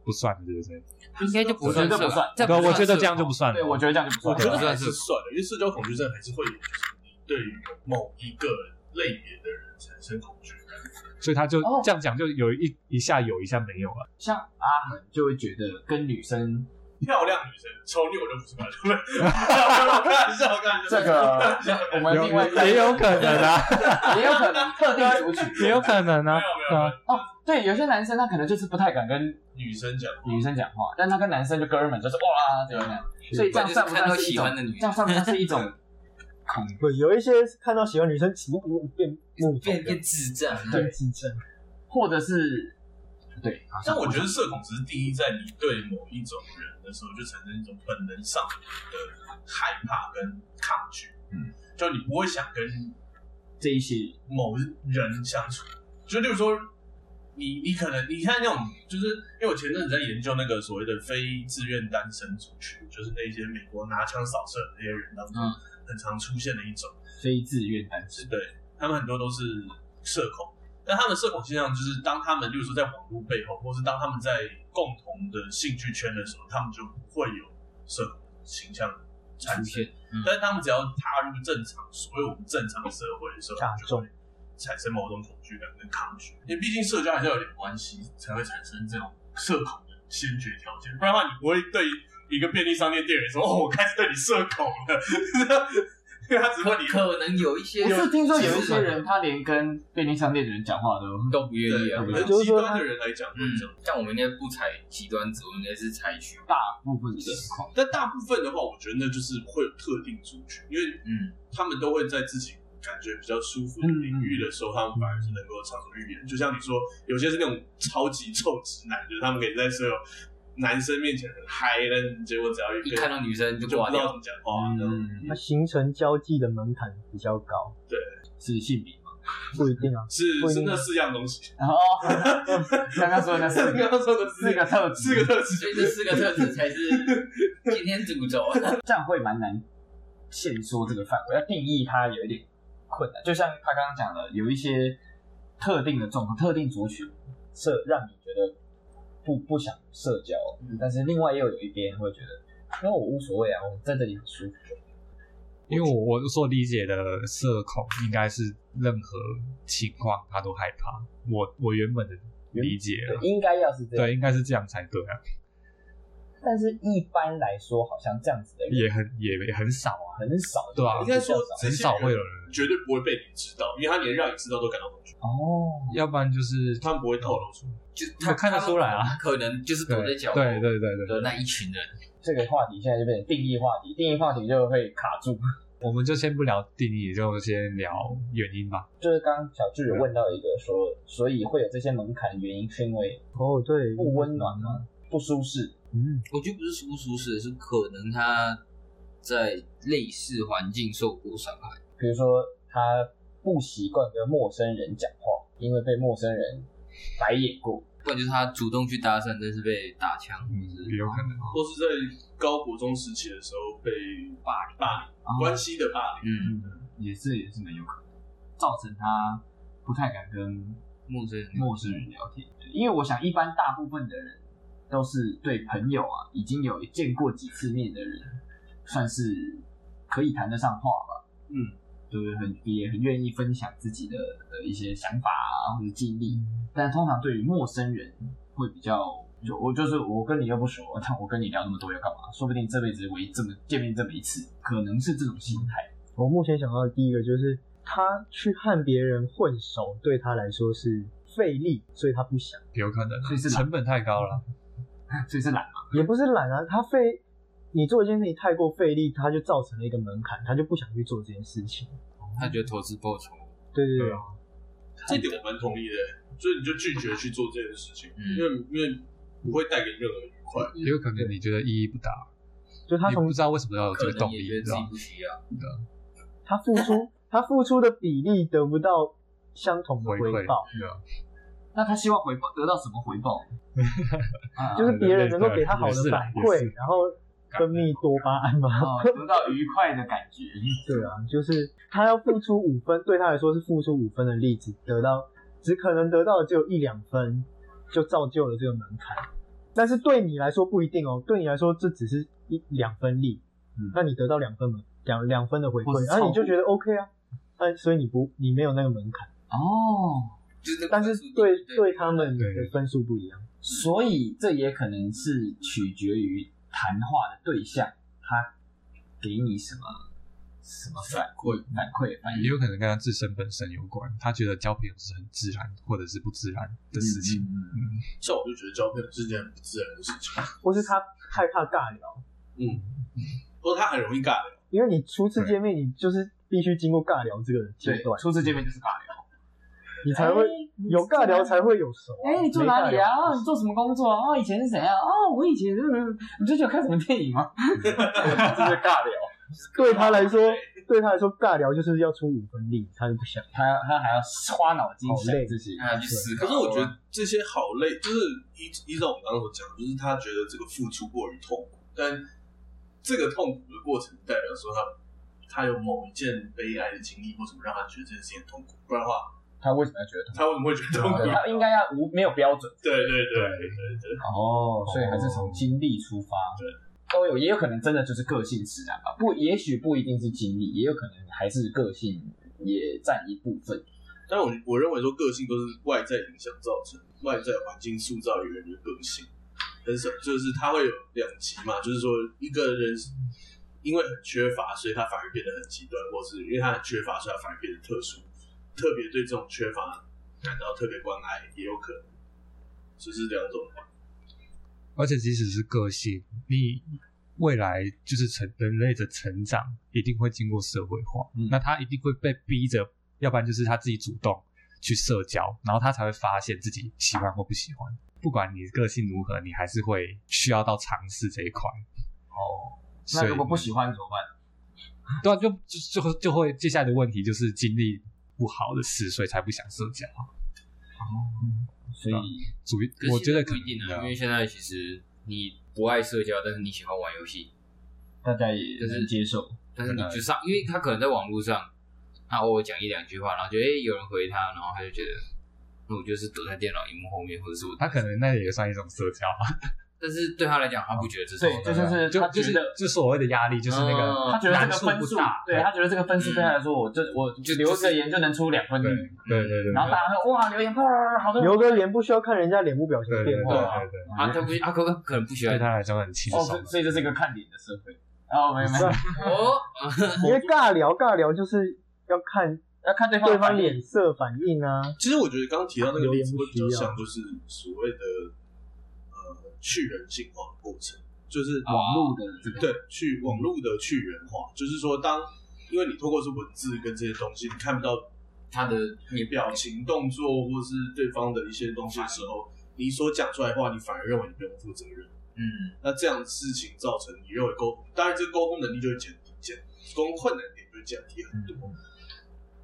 S2: 不算了，对不对？
S5: 应该就不
S6: 我
S5: 算
S6: 觉得
S5: 社
S6: 不算
S5: 这
S2: 对，啊
S5: 不
S2: 我
S5: 算啊
S2: 觉得
S5: 社
S2: 这样就
S5: 恐
S2: 不算了。
S6: 对，我觉得这样就不
S1: 我觉
S6: 错。
S1: 得
S2: 啊
S5: 算
S1: 还
S5: 是
S1: 是算了，因为社交恐惧症还是会有，就是你对于某一个类别的人产生恐惧感。
S2: 所以他就
S6: 哦
S2: 这样讲，就有一一下有一下没有了。
S6: 像阿恒就会觉得跟女生
S1: 漂亮女生，丑女我就不是蛮开玩笑，开玩笑。
S6: 这个，我们另外一个
S2: 也有可能啊，
S6: 也有可能特定族群
S2: 也有可能
S1: 没
S2: 啊
S1: 有。没
S2: 对
S1: 有没
S2: 啊
S1: 有，
S6: 对，有些男生他可能就是不太敢跟
S1: 女生讲话，
S6: 女生讲话，但他跟男生就哥们就是哇这样，所以这样算不算是一种
S5: 看到喜欢的女？生
S6: 这样算不算是一种恐惧？
S4: 对，有一些看到喜欢女生，只不过变木头
S5: 变
S4: 的
S5: 变智障，
S4: 变自证。
S6: 或者是对？好像
S1: 但我觉得社恐只是定义在你对某一种人的时候，就产生一种本能上的害怕跟抗拒。嗯，就你不会想跟
S3: 这一些
S1: 某人相处，就例如说，你你可能你看那种，就是因为我前阵子在研究那个所谓的非自愿单身族群，就是那些美国拿枪扫射的那些人当中，很常出现的一种，
S3: 非自愿单身，
S1: 对他们很多都是社恐，但他们社恐现象就是当他们，例如说在网络背后，或是当他们在共同的兴趣圈的时候，他们就不会有社恐倾向产
S5: 出
S1: 生
S5: 现。。嗯
S1: 但是他们只要踏入正常，所谓我们正常社会的时候，
S4: 大
S1: 就会产生某种恐惧感跟抗拒，因为毕竟社交还是要有点关系，才会产生这种社恐的先决条件，不然的话你不会对一个便利商店店员说：“哦，我开始对你社恐了。” <laughs> 因为他只问你，
S5: 可能有一些嗯
S6: 我是听说有一些人，他连跟便利商店的人讲话都
S5: 都不愿意啊。
S1: 对，
S6: 对
S1: 很
S4: 就是
S1: 极
S4: 说
S1: 端的人来讲会
S5: 嗯
S1: 这样，，
S5: 像我们应该不采极端值，我们应该是采取
S6: 大部分的人恐
S1: 但大部分的话，我觉得那就是会有特定族群，因为
S5: 嗯
S1: 他们都会在自己感觉比较舒服的
S4: 嗯
S1: 领域的时候，他们反而是能够畅所欲言。就像你说，有些是那种超级臭直男，就是他们可以在所有男生面前很嗨，但结果只要一
S5: 一看到女生就
S1: 就不
S5: 挂
S1: 知道怎
S5: 掉。
S1: 么讲话，
S4: 嗯
S1: 这样
S4: 那形成交际的门槛比较高，
S6: 是性别嘛。
S4: 不一定啊。
S1: 是
S4: 不一
S1: 是
S4: 定
S1: 那四样东西。
S6: 然后刚刚说的那四
S1: 刚
S6: 个
S1: 刚说的
S6: 四个特质
S1: 四个特质，
S5: 所以这四个特
S1: <laughs>
S5: 质才是今天主轴。啊
S6: 这样会蛮难限缩这个范围，要定义它有一点困难。就像他刚刚讲的，有一些特定的状况、特定族群社，让你觉得不不想社交，
S5: 嗯
S6: 但是另外又有一边会觉得，因为我无所谓啊，我在这里很舒服。
S2: 因为我我所理解的社恐应该是任何情况他都害怕。我我原本的理解啊，
S6: 对，应该要是这样，
S2: 对，应该是这样才对啊，
S6: 但是一般来说，好像这样子的人
S2: 也很也也很少啊，
S6: 很少，
S2: 对
S6: 比
S2: 啊
S1: 应
S6: 较
S1: 该说
S6: 少
S1: 这
S2: 很
S1: 些
S2: 少会有
S1: 人
S2: 人，
S1: 绝对不会被你知道，因为他连让你知道都感到恐惧，
S6: 哦，
S2: 要不然就是
S1: 他们不会透露出来。
S5: 就他
S2: 我看得出来啊，
S5: 可能就是躲在
S2: 对
S5: 角
S2: 对
S5: 落的
S2: 对对对对，
S5: 那一群人。
S6: 这个话题现在就变成定义话题，定义话题就会卡住。 <laughs>
S2: 我们就先不聊定义，就先聊原因吧。
S6: 就是刚刚小智有问到一个说，所以会有这些门槛，原因是因为
S4: 哦，对，
S6: 不温暖吗？不舒适，
S4: 嗯，
S5: 我觉得不是舒不舒适，是可能他在类似环境受过伤啊害。
S6: 比如说他不习惯跟陌生人讲话，因为被陌生人白眼过。
S5: 不然就是他主动去搭讪，但是被打枪，或
S2: 嗯，也
S5: 是
S2: 有可能。
S1: 或是在高国中时期的时候被霸凌、霸
S5: 哦
S1: 凌关系的霸凌，
S5: 嗯
S6: 也是也是蛮有可能，造成他不太敢跟
S5: 陌生人
S6: 陌生人聊天，因为我想一般大部分的人都是对朋友啊已经有见过几次面的人，算是可以谈得上话吧。
S1: 嗯，
S6: 就是很也很愿意分享自己的的一些想法啊或者经历，
S5: 嗯
S6: 但通常对于陌生人会比较。就我就是我跟你又不熟，但我跟你聊那么多要干嘛？说不定这辈子唯一这么见面这么一次，可能是这种心态。
S4: 我目前想到的第一个就是他去和别人混熟，对他来说是费力，所以他不想，
S2: 有可能啊
S6: 所以是懒
S2: 成本太高了。
S6: 所以是懒，
S4: 也不是懒啊，他费你做一件事情太过费力，他就造成了一个门槛，他就不想去做这件事情。
S5: 他觉得投资报酬，
S4: 对对对
S2: 对啊，
S1: 这点我蛮同意的。所以你就拒绝去做这件事情，
S5: 嗯
S1: 因为因为不会带给你任何愉快。
S2: 也有可能你觉得意义不大，
S4: 就他
S2: 你
S4: 从
S2: 不知道为什么要有这
S5: 可
S2: 个
S5: 能
S2: 动
S5: 也
S2: 力，
S5: 觉得
S2: 知
S5: 自己
S2: 道
S5: 不需要。
S4: 他付出他付出的比例得不到相同的
S2: 回
S4: 回
S2: 馈
S4: 报，，
S2: 对啊，
S6: 那他希望回报得到什么回报？啊
S4: 就是别人能够给他好
S2: 也
S4: 的
S2: 是啦
S4: 反
S2: 也
S4: 馈
S2: 是，啊
S4: 然后分泌多巴胺
S5: <laughs>
S4: 嘛。
S6: 哦，得到愉快的感觉。
S4: 对啊， <laughs> 就是他要付出五分，对他来说是付出五分的例子，得到只可能得到只有一两分，就造就了这个门槛。但是对你来说不一定哦，对你来说这只是一两分力，
S6: 嗯
S4: 那你得到两分门两两分的回
S6: 或
S4: 馈
S6: 是，
S4: 然后你
S6: 超
S4: 就觉得 OK 啊，哎，所以你不你没有那个门槛，
S6: 哦，
S5: 就是那个
S4: 但是
S5: 分数
S4: 对
S5: 低
S4: 对他们
S2: 对
S4: 的分数不一样，
S6: 所以这也可能是取决于谈话的对象，他给你什么什么反馈、反馈、反
S2: 也
S6: 应
S2: 有可能跟他自身本身有关。他觉得交朋友是很自然或者是不自然的事情。
S6: 嗯嗯
S2: 嗯，
S1: 像我就觉得交朋友是件很不自然的事情，
S4: 或是他害怕尬聊，
S1: 或者他很容易尬聊。
S4: 因为你初次
S2: 对
S4: 见面，你就是必须经过尬聊这个阶
S6: 对
S4: 段，，
S6: 初次见面就是尬聊，
S4: 你才会
S6: 哎
S4: 有尬聊才。会有熟、啊。
S6: 哎，你住
S4: 没
S6: 哪
S4: 尬
S6: 里
S4: 聊
S6: 啊？哦，你做什么工作啊？哦，以前是怎样？哦，我以前 <laughs> 是……你最近有看什么电影吗？这就是尬聊。
S4: <laughs> 对他来说，对他来说尬聊就是要出五分力，他就不想，
S6: 他要他还要花脑筋
S4: 好
S6: 想
S4: 累
S6: 这些，
S5: 让他去思考。
S1: 可是我觉得这些好累，就是依依照我们刚刚所讲，就是他觉得这个付出过于痛苦，但这个痛苦的过程代表说他他有某一件悲哀的经历或什么让他觉得这件事情很痛苦，不然的话
S6: 他为什么要觉得
S1: 他为什么会觉得痛苦？
S6: 痛苦？他应该要无没有标准
S1: 啊对啊对对对对，
S6: 哦，所以还是从经历出发。
S1: 对。
S6: 都有，也有可能真的就是个性使然吧，不，也许不一定是经历，也有可能还是个性也占一部分。
S1: 但我我认为说个性都是外在影响造成，外在环境塑造一个人的个性，很少就是他会有两极嘛，就是说一个人是因为很缺乏，所以他反而变得很极端，或是因为他很缺乏，所以他反而变得特殊，特别对这种缺乏感到特别关爱，也有可能，就是两种。
S2: 而且即使是个性，你未来就是成人类的成长一定会经过社会化，
S6: 嗯
S2: 那他一定会被逼着，要不然就是他自己主动去社交，然后他才会发现自己喜欢或不喜欢。不管你个性如何，你还是会需要到尝试这一块。
S6: 哦，
S2: 所
S6: 那
S2: 以
S6: 如果不喜欢怎么办？
S2: 对啊，就就就就会接下来的问题就是经历不好的事，所以才不想社交。
S6: 所以
S2: 主
S5: 可是
S2: 我觉得
S5: 现在不
S2: 肯
S5: 一定
S2: 的
S5: 啊，因为现在其实你不爱社交，但是你喜欢玩游戏，
S6: 大家也
S5: 就是
S6: 能接受。
S5: 但是你就上，因为他可能在网络上，他偶尔讲一两句话，然后觉得诶有人回他，然后他就觉得，那我就是躲在电脑荧幕后面，或者是我，
S2: 他可能那也算一种社交吧，
S5: 但是对他来讲，他不觉得这是
S6: 对
S5: 好的
S6: 这就是
S2: 就
S6: 他
S2: 就是
S6: 觉得
S2: 就所谓的压力，就是那个、
S5: 嗯
S6: 啊他觉得这
S2: 难
S6: 个
S2: 处
S6: 分
S2: 不
S6: 数
S2: 大，
S6: 对他觉得这个分数对他来说，我就我
S5: 就
S6: 留
S5: 就是
S6: 个言就能出两分
S2: 对
S6: 力，
S2: 对对对，
S6: 然后大家会哇留言，哇好多人
S4: 留个言不需要看人家脸部表情
S2: 对对对
S4: 变化啊，
S2: 对对，
S5: 啊，他不啊，可可能不喜
S2: 对
S5: 欢
S2: 他来说很轻
S6: 哦，
S2: 松
S6: 所以。所以这是一个看脸的社会。哦，没有
S2: 啊
S6: 没有，
S5: 哦，
S6: 啊
S4: 因为尬聊尬聊就是要看
S6: 要看对方
S4: 对
S6: 的
S4: 方
S6: 反应
S4: 脸色反应啊，
S1: 其实我觉得刚刚提到那个
S4: 有
S1: 例
S4: 点
S1: 子会
S4: 不
S1: 比较
S4: 需要
S1: 像，就是所谓的呃去人性化的过程，就是
S6: 网络的这个
S1: 对，去网络的去人化，就是说当，因为你透过是文字跟这些东西，你看不到
S5: 他的
S1: 你表情、动作或是对方的一些东西的时候，你所讲出来的话，你反而认为你不用负责任。
S5: 嗯，
S1: 那这样的事情造成你认为沟通，当然这个沟通能力就会减减，沟通困难点就会降低很多。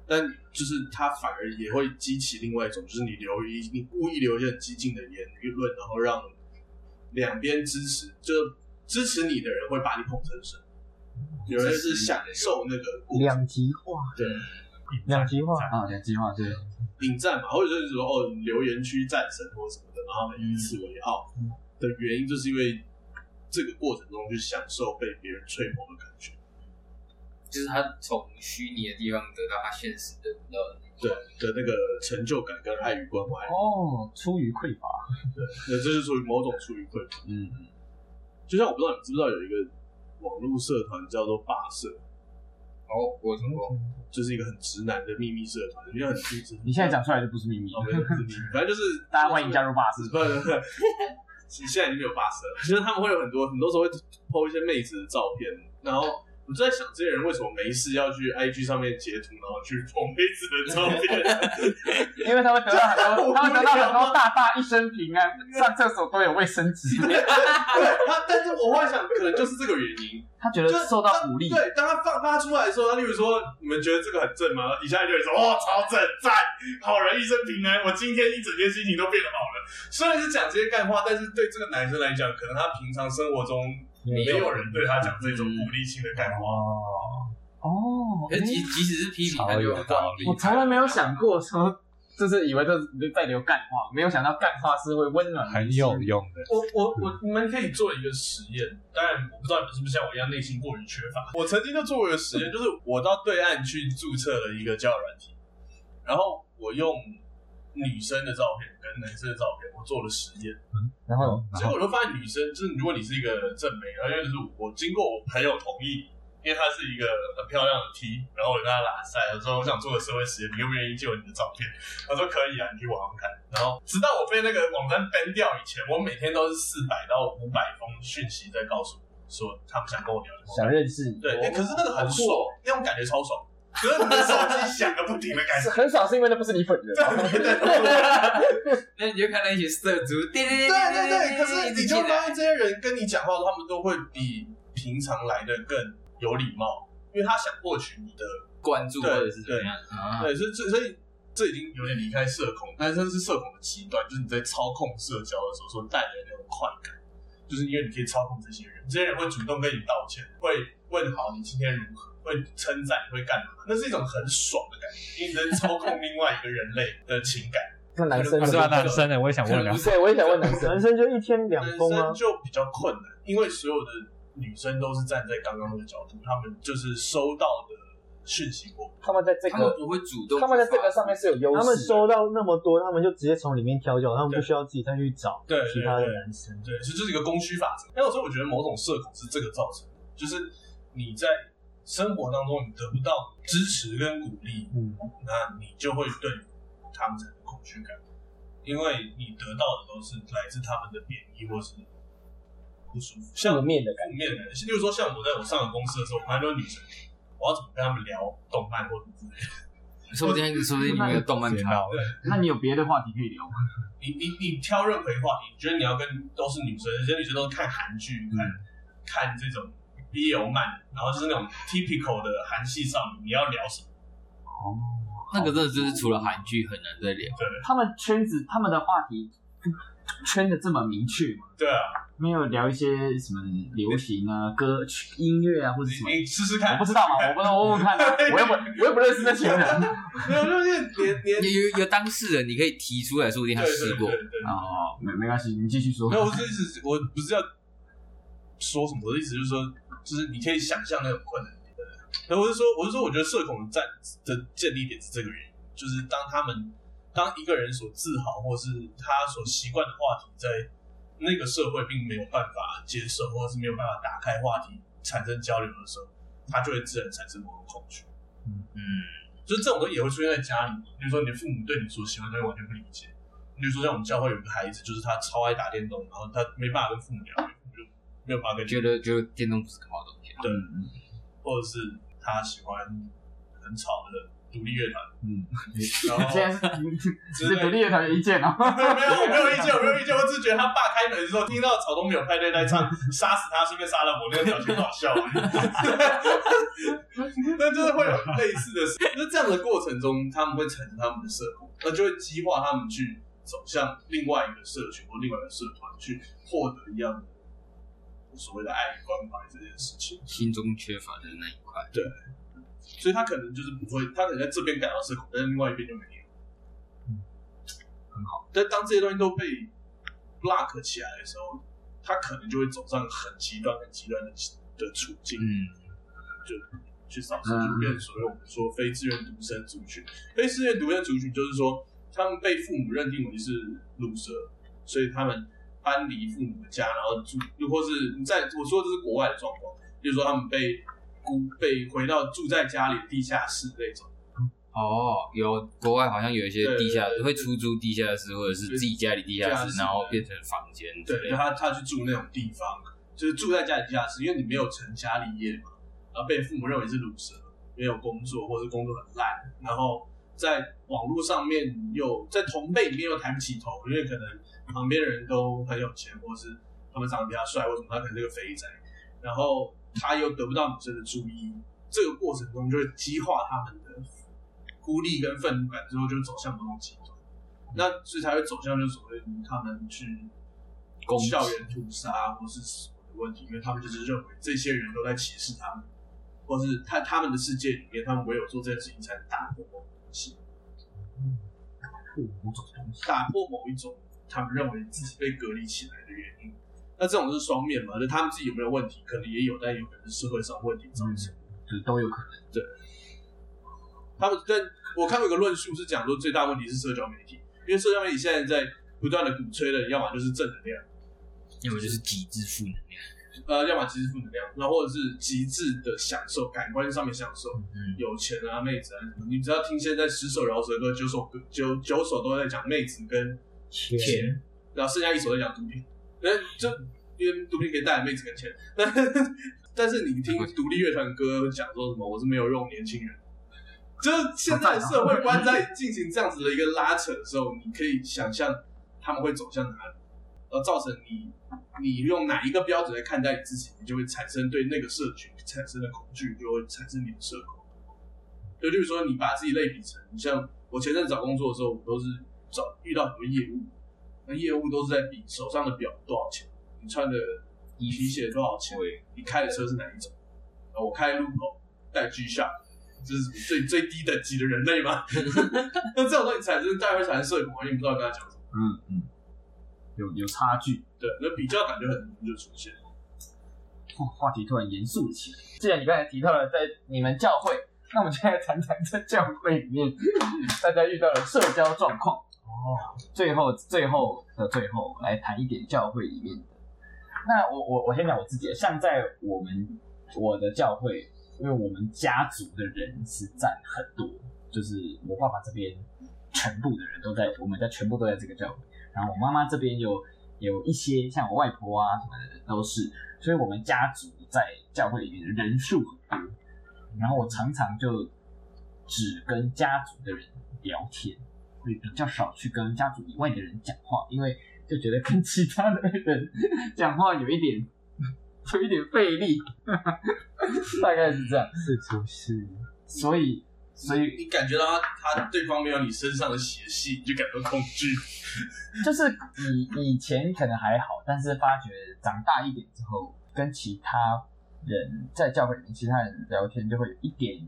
S1: 但就是它反而也会激起另外一种，就是你留一你故意留一些很激进的言舆论，然后让两边支持，就支持你的人会把你捧成神。有人是享受那个过程，
S4: 两极化，
S1: 对，
S4: 两极化，
S6: 啊，两极化对，
S1: 引战嘛，或者就是说哦，留言区战神或什么的，然后他们以此为傲的原因，就是因为这个过程中去享受被别人吹捧的感觉。
S5: 就是他从虚拟的地方得到他现实得不到的。
S1: 对的那个成就感跟爱与关怀，
S6: 哦，出于匮乏，
S1: 那这是属于某种出于匮乏。
S6: 嗯，
S1: 就像我不知道你知不知道有一个网络社团叫做霸社，
S5: 哦，我有听过，
S1: 就是一个很直男的秘密社团，因为很低俗。
S6: 你现在讲出来就不是秘密， <laughs>
S1: 哦，没有不是秘密，反正就是
S6: 大家欢迎加入霸
S1: 不
S6: 市
S1: 是，不是不是， <laughs> 其实现在已经没有霸社了，就是他们会有很多很多时候会 PO 一些妹子的照片，然后。我就在想，这些人为什么没事要去 IG 上面截图，然后去 po 妹子的照片？
S6: 因为他们得到很
S1: 我无聊
S6: 多，他们得到很多大大一生平安，上厕所都有卫生纸， <laughs>
S1: 对，他但是我幻想可能就是这个原因，
S6: 他觉得
S1: 就是
S6: 受到鼓励，
S1: 对，当他放发出来的时候，他例如说，你们觉得这个很正吗？然后底下就会说，哦，超正，赞，好人一生平安，我今天一整天心情都变好了。虽然是讲这些干话，但是对这个男生来讲，可能他平常生活中没有人对他讲这种鼓励性的干话。
S2: 哦，
S6: 哦
S5: 可是即即使是批评，他就
S2: 超有道理
S6: 我从来没有想过说，就是以为这是在流干话，没有想到干话是会温暖
S2: 很
S6: 人心
S2: 有用的。
S1: 我我我，你们可以做一个实验，当然我不知道你们是不是像我一样内心过于缺乏。我曾经就做过一个实验，就是我到对岸去注册了一个交友软体，然后我用女生的照片跟男生的照片，我做了实验。
S6: 然后
S1: 结果我就发现女生，就是如果你是一个正妹，然后因为就是我经过我朋友同意，因为她是一个很漂亮的 T，然后我跟她拉塞，我说我想做个社会实验，你愿不愿意借我你的照片？她说可以啊，你去网上看。然后直到我被那个网站 ban 掉以前，我每天都是四百到五百封讯息在告诉我说他们想跟我聊天。
S6: 想哦认识你，
S1: 对、欸
S5: 哎
S1: 可是那个很爽，那种感觉超爽，可是你的手机响个不停的感觉
S6: 是。很少是因为那不是你本人，
S1: <laughs> 对对对
S5: 那你就看到一群色族，对对
S1: 对对对，可是你就发现这些人跟你讲话，他们都会比平常来的更有礼貌，因为他想获取你的
S5: 关注或
S1: 对
S5: 者是怎么样啊？
S1: 对，所以所以所以这已经有点离开社恐，但是这是社恐的极端，就是你在操控社交的时候所带来的那种快感，就是因为你可以操控这些人，这些人会主动跟你道歉，会问好你今天如何，会称赞你会干嘛，那是一种很爽的感觉，因为你在操控另外一个人类的情感。
S6: 那男生
S2: 啊
S6: 呢
S2: 对啊，男生的我也想问
S5: 可能
S2: 啊
S5: 不，是
S6: 对，我也想问男生，
S4: 男生就一天两
S1: 男
S4: 封啊
S1: 生，就比较困难，因为所有的女生都是站在刚刚那个角度，她们就是收到的讯息过
S6: 他们在这
S5: 他们
S6: 个
S5: 不会主动去发，
S6: 他们在这个上面是有优势的，
S4: 他们收到那么多，他们就直接从里面挑拣，他们
S1: 对
S4: 不需要自己再去找
S1: 对对
S4: 其他的
S1: 对
S4: 男生。
S1: 对，这就是一个供需法则。但有时候我觉得某种社恐是这个造成的，就是你在生活当中你得不到支持跟鼓励，
S4: 嗯，
S1: 那你就会对他们产生恐惧感，因为你得到的都是来自他们的贬义或是不舒服，像
S6: 负面的感
S1: 负面的感觉。例如说，像我在我上个公司的时候，我发现都是女生，我要怎么跟他们聊动漫或者之类的？
S5: 说不定说不定你们有动漫
S2: 别
S5: 卡，
S2: 闹了
S6: 那你有别的话题可以聊吗？
S1: 你你你挑任何一个话题，你觉得你要跟都是女生，有些女生都是看韩剧，看、看这种 BL 漫，然后就是那种 typical 的韩系少女，你要聊什么？
S5: 那个真的就是除了韩剧很难再聊。
S6: 他们圈子他们的话题圈的这么明确吗？
S1: 对啊，
S6: 没有聊一些什么流行啊、歌曲、音乐啊，或者什么
S1: 你？你试试
S6: 我
S1: 看
S6: 不，知道嘛，我不能问问看啊，我又不我又不认识那些人。
S1: 没有就是连连
S5: 有有有当事人，你可以提出来，说不定
S1: 对
S5: 他试
S1: 对
S5: 过
S1: 对。对，
S6: 哦，没没关系，你继续说
S1: 没。有，我是意思，我不是要说什么，我的意思就是说，就是你可以想象那种困难点。然后我是说，我是说，我觉得社恐的站的建立点是这个原因，就是当他们当一个人所自豪或是他所习惯的话题，在那个社会并没有办法接受，或是没有办法打开话题产生交流的时候，他就会自然产生某种恐惧。
S5: 嗯，
S1: 就是这种东西也会出现在家里，比如说你的父母对你所喜欢的东西完全不理解，比如说像我们教会有一个孩子，就是他超爱打电动，然后他没办法跟父母聊，父母就没有办法跟你
S5: 觉得觉得电动不是个好东西。
S1: 对，或者是他喜欢很吵的独立乐团，
S6: 嗯，
S1: <laughs> 然后
S6: <laughs> 现在是
S1: 之
S6: 只是独
S1: 类
S6: 立乐团有意见哦。
S1: <laughs> 没有没有我没有意见，我没有意见，我只是觉得他爸开门的时候听到草东没有派对在
S6: <laughs>
S1: 唱《杀死他，顺便杀了我》那个表情很好笑而已。但就是会有类似的事，那这样的过程中，他们会产生他们的社恐，那就会激化他们去走向另外一个社群或另外一个社团，去获得一样的所谓的爱与关怀这件事情。
S5: 心中缺乏的那一块。
S1: 所以他可能就是不会，他可能在这边感到社恐，但是另外一边就没有。嗯，很好。但当这些东西都被 block 起来的时候，他可能就会走上很极端、很极端的的处境，
S5: 嗯，
S1: 去少数就变成所谓我们说非自愿独身族群。非自愿独身族群就是说，他们被父母认定为是 loser，所以他们搬离父母的家，然后住，或是在我说的是国外的状况，比如说他们被孤被回到住在家里的地下室那种。
S5: 哦，有国外好像有一些
S1: 对
S5: 地下
S1: 对对
S5: 会出租地下室，或者是自己家里地下
S1: 地下
S5: 室，
S1: 室
S5: 然后变成房间之
S1: 对，
S5: 类
S1: 就
S5: 的。
S1: 他他去住那种地方，就是住在家里地下室，因为你没有成家立业嘛，然后被父母认为是卤蛇，没有工作或者工作很烂，然后在网络上面又在同辈里面又抬不起头，因为可能旁边的人都很有钱，或者是他们长得比较帅，或者什么他可能是个肥宅，然后他又得不到女生的注意，这个过程中就会激化他们的孤立跟愤怒感，之后就走向某种极端。那所以才会走向就是所谓他们去
S5: 攻击
S1: 校园屠杀或是什么的问题，因为他们就是认为这些人都在歧视他们，或是他他们的世界里面，他们唯有做这件事情才能打破某种东西，
S5: 嗯
S1: 打破某一种他们认为自己被隔离起来的原因。那这种是双面嘛？就他们自己有没有问题，可能也有，但也有可能是社会上问题造成。
S6: 就都有可能。
S1: 他们但我看过一个论述是讲说最大问题是社交媒体，因为社交媒体现在在不断的鼓吹的，要么就是正能量，
S5: 要么就是极致负能量。
S1: 呃，要么极致负能量，那或者是极致的享受，感官上面享受，
S5: 嗯，
S1: 有钱啊、妹子啊什么，你只要听现在十首饶舌歌，九首歌九九首都在讲妹子跟
S4: 钱
S1: 钱，然后剩下一首在讲毒品，那就因为毒品可以带来妹子跟钱， <laughs> 但但是你听独立乐团歌讲说什么我是没有用年轻人，就是现在社会观在进行这样子的一个拉扯的时候，你可以想象他们会走向哪里。而造成你你用哪一个标准来看待你自己，你就会产生对那个社群产生的恐惧，就会产生你的社恐。就例如说，你把自己类比成，像我前阵子找工作的时候，我都是找遇到很多业务，那业务都是在比手上的表多少钱，你穿的皮鞋多少钱，你开的车是哪一种。呃我开路口带 G s h o p 这是最最低等级的人类吗？那这种东西产生，大家会产生社恐，因为你不知道跟他讲什么。
S6: 嗯嗯，有有差距。
S1: 对，那比较感觉很容易就出现。
S6: 话话题突然严肃了起来。既然你刚才提到了在你们教会，那我们现在谈谈在教会里面大家遇到的社交状况。哦，最后最后的最后，来谈一点教会里面的。那我我我先讲我自己的，像在我们我的教会，因为我们家族的人是占很多，就是我爸爸这边全部的人都在，我们家全部都在这个教会。然后我妈妈这边有有一些像我外婆啊什么的都是，所以我们家族在教会里面的人数很多，然后我常常就只跟家族的人聊天，会比较少去跟家族以外的人讲话，因为就觉得跟其他的人讲话有一点有一点费力， <laughs> 大概是这样，
S4: 是不是？
S6: 所以所以
S1: 你感觉到他他对方没有你身上的邪气，你就感到恐惧。
S6: 就是以嗯以前可能还好，但是发觉长大一点之后，跟其他人在教会里面其他人聊天，就会有一点，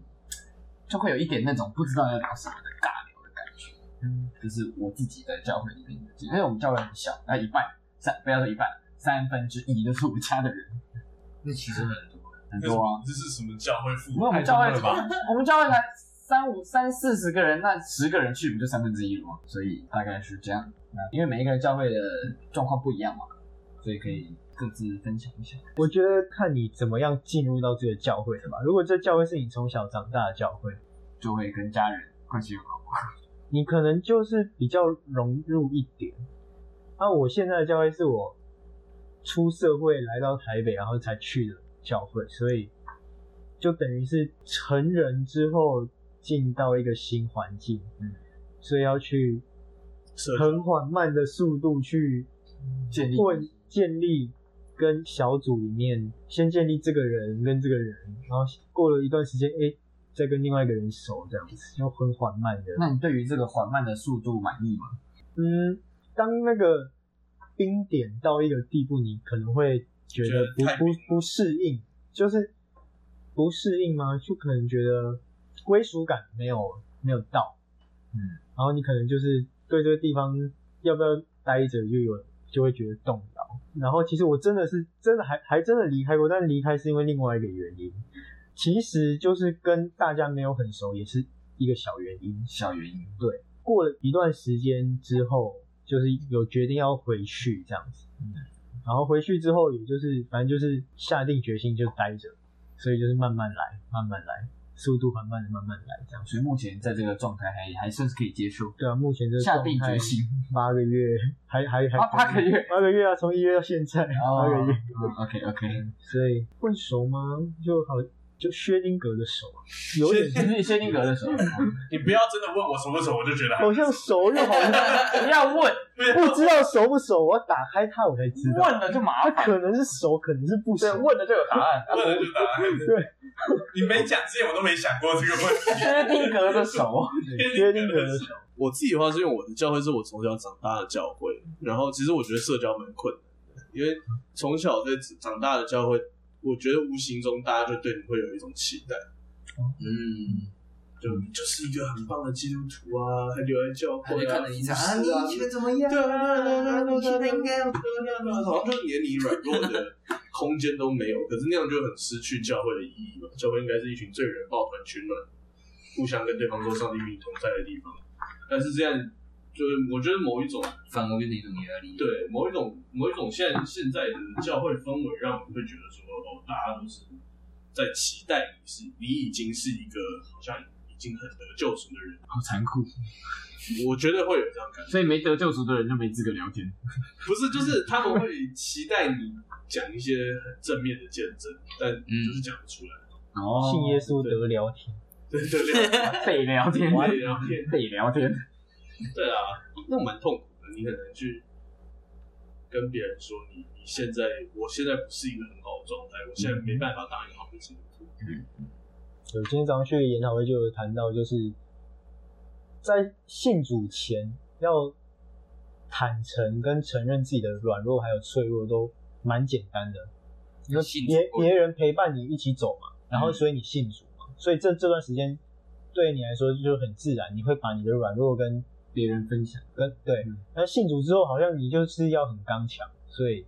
S6: 就会有一点那种不知道要聊什么的尬聊的感觉。嗯，就是我自己在教会里面的经历，因为我们教会很小，那一半三不要说一半，三分之一都是我家的人，
S5: 那其实很多，
S6: <laughs> 很多啊。
S1: 这是什么教会父
S6: 因为
S1: 母
S6: 我？们教会， <laughs> 我们教会才三五三四十个人，那十个人去不就三分之一了吗？所以大概是这样。那因为每一个人教会的状况不一样嘛，所以可以各自分享一下。
S4: 我觉得看你怎么样进入到这个教会的吧。如果这教会是你从小长大的教会，
S6: 就会跟家人关系很好。
S4: 你可能就是比较融入一点。啊，我现在的教会是我出社会来到台北，然后才去的教会，所以就等于是成人之后进到一个新环境，嗯，所以要去
S1: 社
S4: 很缓慢的速度去
S6: 建立
S4: 混建立跟小组里面先建立这个人跟这个人，然后过了一段时间，哎、再跟另外一个人熟，这样子就很缓慢的。
S6: 那你对于这个缓慢的速度满意吗？
S4: 嗯，当那个冰点到一个地步，你可能会觉
S1: 觉得
S4: 得不
S1: 太冰
S4: 不不适应，就是不适应吗？就可能觉得归属感没有没有到，嗯，然后你可能就是对这个地方要不要待着就有就会觉得动摇。然后其实我真的是真的还还真的离开过，但离开是因为另外一个原因，其实就是跟大家没有很熟，也是一个小原因。
S6: 小原因，
S4: 过了一段时间之后，就是有决定要回去这样子。
S6: 嗯
S4: 然后回去之后，也就是反正就是下定决心就待着，所以就是慢慢来，慢慢来，速度缓慢的慢慢来这样。
S6: 所以目前在这个状态还还算是可以接受。
S4: 对啊，目前这个
S6: 下定
S4: 状态
S6: 决心，
S1: 嗯
S4: 八个月，还还还
S6: 啊八个月，
S4: 八个月啊，从一月到现在
S6: 哦
S4: 八个月，
S6: 嗯，OK OK，
S4: 所以会熟吗？就好就薛定谔的熟，啊有点
S6: 就是薛定谔的时候，
S1: 你不要真的问我熟不熟，我就觉得还
S4: 好像熟又好像
S6: 不要问， <laughs>
S4: 不知道熟不熟，我要打开它我才知道，
S6: 问了就麻
S4: 它
S6: 烦，
S4: 可能是熟，可能是不
S6: 对，
S4: 熟。
S6: 问了就有答案。
S1: 问了就答案。
S4: 对，
S1: 你没讲之前我都没想过这个问
S6: <laughs>
S1: 题。
S6: 薛定谔
S4: <laughs>
S6: 的手，
S4: 薛定谔的
S1: 我自己的话是因为我的教会是我从小长大的教会，然后其实我觉得社交蛮困难的，因为从小在长大的教会，我觉得无形中大家就对你会有一种期待，
S5: 嗯，
S1: 就你就是一个很棒的基督徒啊，还留在教
S5: 他
S1: 会
S5: 就
S1: 啊，
S5: 看着你讲啊，
S1: 服侍
S5: 你以前怎么样？
S1: 对啊，
S5: 你现在应该要
S1: 好像就连你软弱的空间都没有，可是那样就很失去教会的意义嘛。教会应该是一群罪人抱团取暖，互相跟对方说上帝与你同在的地方。但是这样，就是我觉得某一种
S5: 反而变成一种压力。，
S1: 对某一种某一种现在现在的教会氛围，让我们会觉得说，哦，大家都是在期待你是你已经是一个好像已经很得救赎的人，
S6: 好残酷。
S1: 我觉得会有这样感觉。
S6: 所以没得救赎的人就没资格聊天。
S1: 不是，就是他们会期待你讲一些很正面的见证，但就是讲不出来。 <laughs>
S6: 哦
S4: 信耶稣得聊天，
S1: 对对对，
S6: 被聊天，
S1: 我也聊天。
S6: 被聊天。
S1: 对啊，那蛮痛苦的，你很难去跟别人说你你现在我现在不是一个很好的状态，我现在没办法当一个好的基督徒。
S4: 有今天早上去研讨会就有谈到，就是在信主前要坦诚跟承认自己的软弱还有脆弱都蛮简单的，因为
S5: 信主
S4: 别别人陪伴你一起走嘛，然
S6: 嗯
S4: 后所以你信主嘛，所以这这段时间对你来说就很自然，你会把你的软弱跟
S6: 别人分享，嗯
S4: 跟对，那信主之后好像你就是要很刚强，所以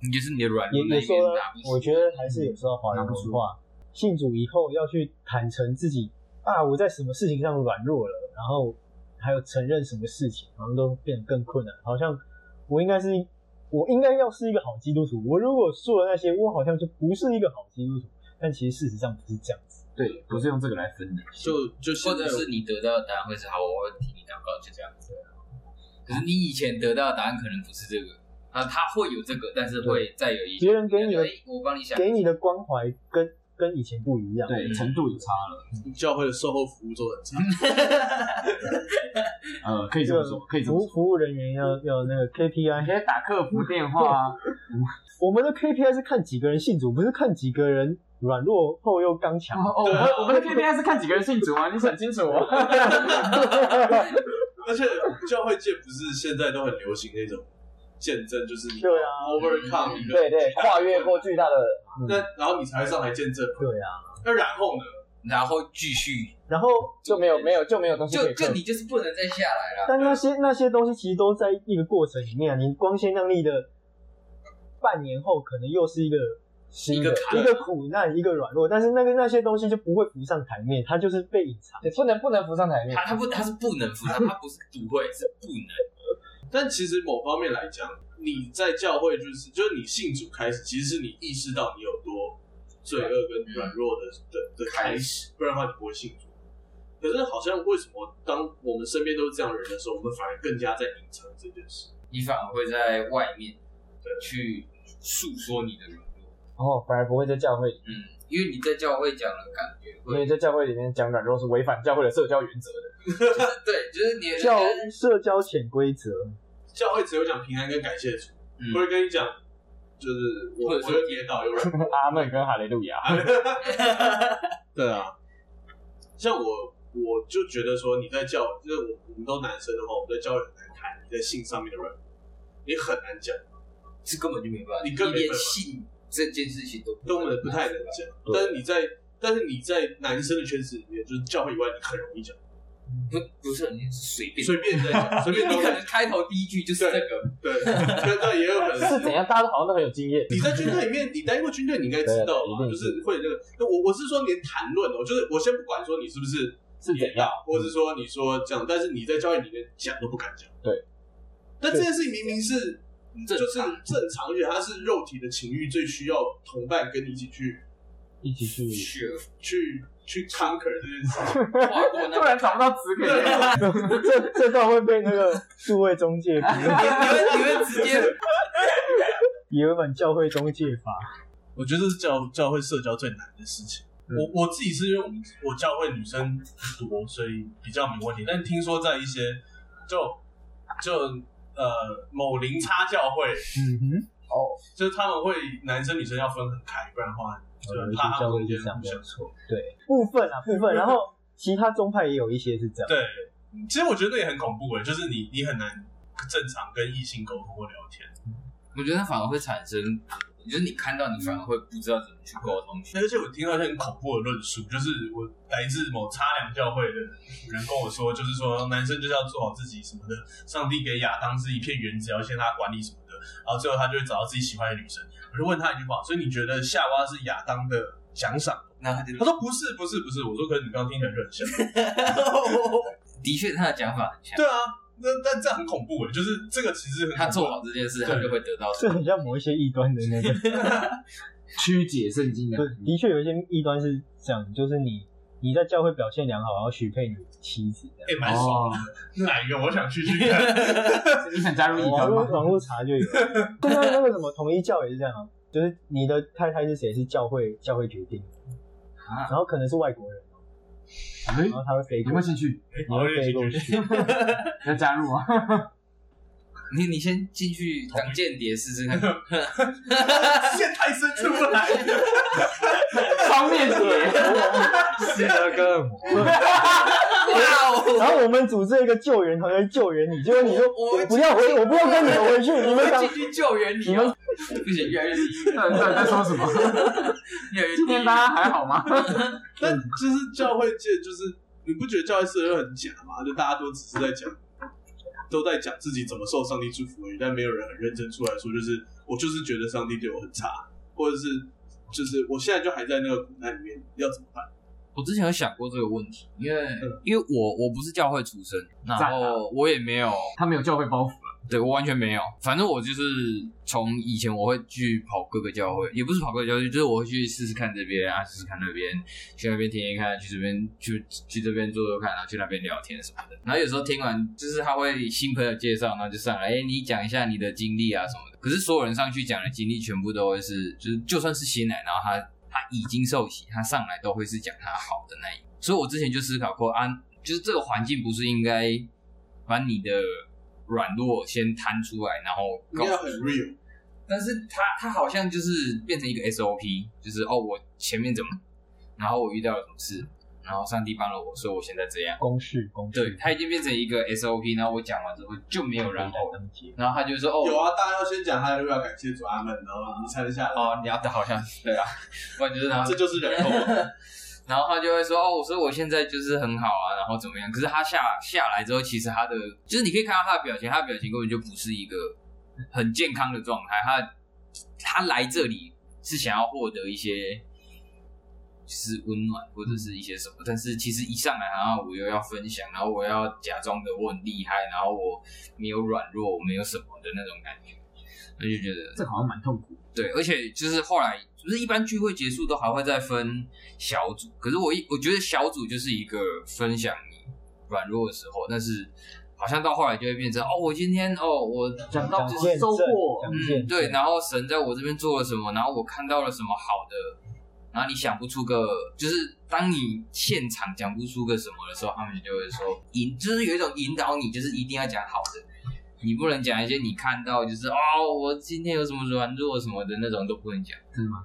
S5: 你就是你的软
S4: 也
S5: 弱那
S4: 也
S5: 一
S4: 说
S5: 面
S4: 了
S5: 拿不，出
S4: 我觉得还是有时候华
S6: 嗯
S4: 人文化，信主以后要去坦诚自己啊，我在什么事情上软弱了，然后还有承认什么事情，好像都变得更困难。好像我应该是我应该要是一个好基督徒，我如果做了那些，我好像就不是一个好基督徒。但其实事实上不是这样子，
S6: 对，不是用这个来分的。
S1: 就就
S5: 或
S1: 现在
S5: 者是你得到的答案会是好，我会替你祷告，就这样子。可是你以前得到的答案可能不是这个啊，他会有这个，但是会再有一些
S4: 别人给你的
S5: 哎我帮你想
S4: 给你的关怀跟跟以前不一样。
S6: 对，程度有差了，
S1: 教会的售后服务做得很差，
S6: 呃，可以这么说，可以这
S4: 服
S6: 么
S4: 务
S6: 说。
S4: 服务人员要要那个 KPI，
S6: 你可以打客服电话啊，
S4: <laughs> 我们的 KPI 是看几个人信主，不是看几个人软弱后又刚强。
S6: 哦，我们
S5: 啊
S6: 我们的 KPI 是看几个人信主啊，你想清楚哦。
S1: 而且教会界不是现在都很流行那种见证，就是你
S4: 对啊
S1: overcome 一个
S9: 对对，
S1: 巨大的
S9: 跨越过巨大的
S1: 那然后你才会上来见证。
S4: 嗯对啊，
S1: 那然后呢？
S5: 然后继续，
S4: 然后
S9: 就没有没有就没有东西可
S5: 就
S9: 以啊
S5: 就
S9: 克服。
S5: 你就是不能再下来了。
S4: 但那些那些东西其实都在一个过程里面啊。你光鲜亮丽的半年后，可能又是一个新的
S5: 一个坎
S4: 一个苦难，一个软弱，但是那个那些东西就不会浮上台面，它就是被隐藏。
S9: 对不能不能浮上台面
S5: 他，他不他是不能服，他他不是不会，是不能。
S1: 但其实某方面来讲，你在教会就是就是你信主开始，其实是你意识到你有多罪恶跟软弱的的的开始，不然的话你不会信主。可是好像为什么当我们身边都是这样的人的时候，我们反而更加在隐藏这件事？
S5: 你反而会在外面去诉说你的软弱，
S9: 哦，反而不会在教会，
S5: 嗯，因为你在教会讲的感觉
S9: 因
S5: 会
S9: 为在教会里面讲软弱是违反教会的社交原则的。
S5: 对，就是你
S4: 教社交潜规则，
S1: 教会只有讲平安跟感谢主，
S5: 嗯
S1: 不会跟你讲就是我
S5: 或
S1: 我
S5: 者是
S1: 又跌倒又软
S9: <laughs>
S1: 弱。
S9: 阿门跟哈雷路亚，
S1: <laughs> 对啊，像我我就觉得说你在教，就是我我们都男生的话，我们在教会很难谈你在性上面的软弱，你很难讲。
S5: 这根本就没办法，
S1: 你根本没
S5: 连
S1: 办法
S5: 信这件事情都不
S1: 中文不太能讲，
S5: 嗯
S1: 但是你在但是你在男生的圈子里面，就是教会以外，你很容易讲，
S5: 不不是很是随便
S1: 随便在讲，随便
S5: <laughs> 你
S1: 都
S5: 可能开头第一句就是这个，
S1: 对，但但也有可能
S9: 是怎样？大家都好像都很有经验。
S1: 你在军队里面，你待过军队，你应该知道
S9: 对啊
S1: 吧？
S9: 一定
S1: 就是会有那个，那我我是说连谈论哦，就是我先不管说你是不是
S9: 是怎样，
S1: 或者说你说这样，但是你在教会里面讲都不敢讲，
S9: 对。
S1: 但这件事情明明是
S5: 正常
S1: 就是正常，而且它是肉体的情欲最需要同伴跟你一起去
S9: 一起去 <laughs>
S5: 雪
S1: 去去 conquer 这件事情。
S5: 跨过那
S6: 突然找不到词可以用，
S4: 这这段会被那个数位中
S9: <laughs>
S4: 介局
S5: 你们你们
S4: <laughs>
S5: 直接
S4: 有一本教会中介法。
S1: 我觉得这是教教会社交最难的事情。我我自己是因为我们我教会女生不多，所以比较没问题。但听说在一些就就呃某零差教会，
S4: 嗯哼，
S1: 就是他们会男生女生要分很开，不然的话就
S4: 有
S1: 很
S4: 一
S1: 怕
S4: 些
S1: 他
S4: 教
S1: 们
S4: 会
S1: 中
S4: 就
S1: 间
S4: 这样
S1: 互
S4: 没有
S1: 相
S4: 错。对，部分啊部分，然后其他宗派也有一些是这样。
S1: 对。其实我觉得那也很恐怖诶，就是你你很难正常跟异性沟通或聊天，
S5: 我觉得它反而会产生，就是你看到你反而会不知道怎么去沟通去。
S1: 而且我听到一些很恐怖的论述，就是我来自某差两教会的人跟我说，就是说男生就是要做好自己什么的，上帝给亚当是一片原子，要先他管理什么的，然后最后他就会找到自己喜欢的女生。我就问他一句话，所以你觉得夏娃是亚当的奖赏吗？
S5: 那他就
S1: 他说不是，不是，不是。我说可是你刚刚听起来就很
S5: <laughs>
S1: 像。
S5: 的确他的讲法很像，
S1: 对啊，那但这样很恐怖诶，就是这个其实很
S5: 他
S1: 恐怖
S5: 做好这件事，他就会得到。
S4: 这很像某一些异端的
S9: <laughs>
S4: 那个。
S6: 曲解圣经的
S4: 对，的确有一些异端是这样，就是你你在教会表现良好，然后许配你妻子这样。
S1: 也欸蛮爽的。
S5: 哦
S1: <laughs> 哪一个？我想去去看。 <laughs>
S6: 你想加入异
S4: 网
S6: 端
S4: 络
S6: 吗？
S4: 网络查
S5: <laughs>
S4: 就有，现在那个什么统一教也是这样啊，就是你的太太是谁是教会教会决定的，
S5: 啊
S4: 然后可能是外国人，
S6: 哎，
S4: 然后他会飞
S6: 有
S4: 过
S6: 没有兴趣？
S4: 你会飞过去，
S6: 要加入吗？
S5: 你你先进去当间谍试试看，
S6: <laughs>
S1: 线太深出不来，
S6: 双面谍，
S2: 斯德哥尔摩，
S5: 哇
S4: 然后我们组织一个救援团队救援你，结果你说
S5: 我我
S4: 不要回，我不要跟你们回去，
S5: 哦！
S4: 你
S5: 我
S4: 们
S5: 会
S4: 想
S5: 进去救援你哦！不行，越来越低，
S6: 到底到底在说什么？
S5: <laughs> 越来越低。
S6: 今天大家还好吗？
S1: 但就是教会界，就是你不觉得教会社会很假吗？就大家都只是在讲，都在讲自己怎么受上帝祝福而已，但没有人很认真出来说，就是我就是觉得上帝对我很差，或者是就是我现在就还在那个苦难里面，要怎么办？
S5: 我之前有想过这个问题，因为因为我我不是教会出身，然后我也没有，
S6: 啊他没有教会包袱，啊
S5: 对我完全没有。反正我就是从以前我会去跑各个教会，也不是跑各个教会，就是我会去试试看这边啊，试试看那边，去那边听听看，去这边去去这边做做看，然后去那边聊天什么的。然后有时候听完，就是他会新朋友介绍，然后就上来，哎、你讲一下你的经历啊什么的。可是所有人上去讲的经历，全部都会是，就是就算是新来，然后他他已经受洗，他上来都会是讲他好的那一面。所以我之前就思考过啊，就是这个环境不是应该把你的软弱先摊出来，然后
S1: 你
S5: 告
S1: 要
S5: 诉
S1: 很 real，
S5: 但是他他好像就是变成一个 SOP，就是哦，我前面怎么，然后我遇到了什么事，然后上帝帮了我，所以我现在这样。
S4: 公式公式，
S5: 对，他已经变成一个 SOP，然后我讲完之后就没有然后了，
S4: 能接。
S5: 然后他就说哦，
S1: 有啊，大家要先讲哈利路亚，感谢主阿门，然后你才能下来，
S5: 哦，你要好像是对啊，不然就是他
S1: 这就是人口啊。
S5: 然后他就会说哦，我说我现在就是很好啊，然后怎么样？可是他下下来之后，其实他的就是你可以看到他的表情，他的表情根本就不是一个很健康的状态。他他来这里是想要获得一些就是温暖或者是一些什么，但是其实一上来，然后我又要分享，然后我要假装的我很厉害，然后我没有软弱，我没有什么的那种感觉，我就觉得
S6: 这好像蛮痛苦。
S5: 对，而且就是后来，就是一般聚会结束都还会再分小组，可是我一我觉得小组就是一个分享你软弱的时候，但是好像到后来就会变成哦，我今天哦，我
S6: 讲到
S4: 讲见证
S6: 收获，
S4: 讲见证
S5: 嗯对，然后神在我这边做了什么，然后我看到了什么好的，然后你想不出个，就是当你现场讲不出个什么的时候，他们就会说引，就是有一种引导你，就是一定要讲好的，你不能讲一些你看到就是哦，我今天有什么软弱什么的那种都不能讲，
S6: 真的吗？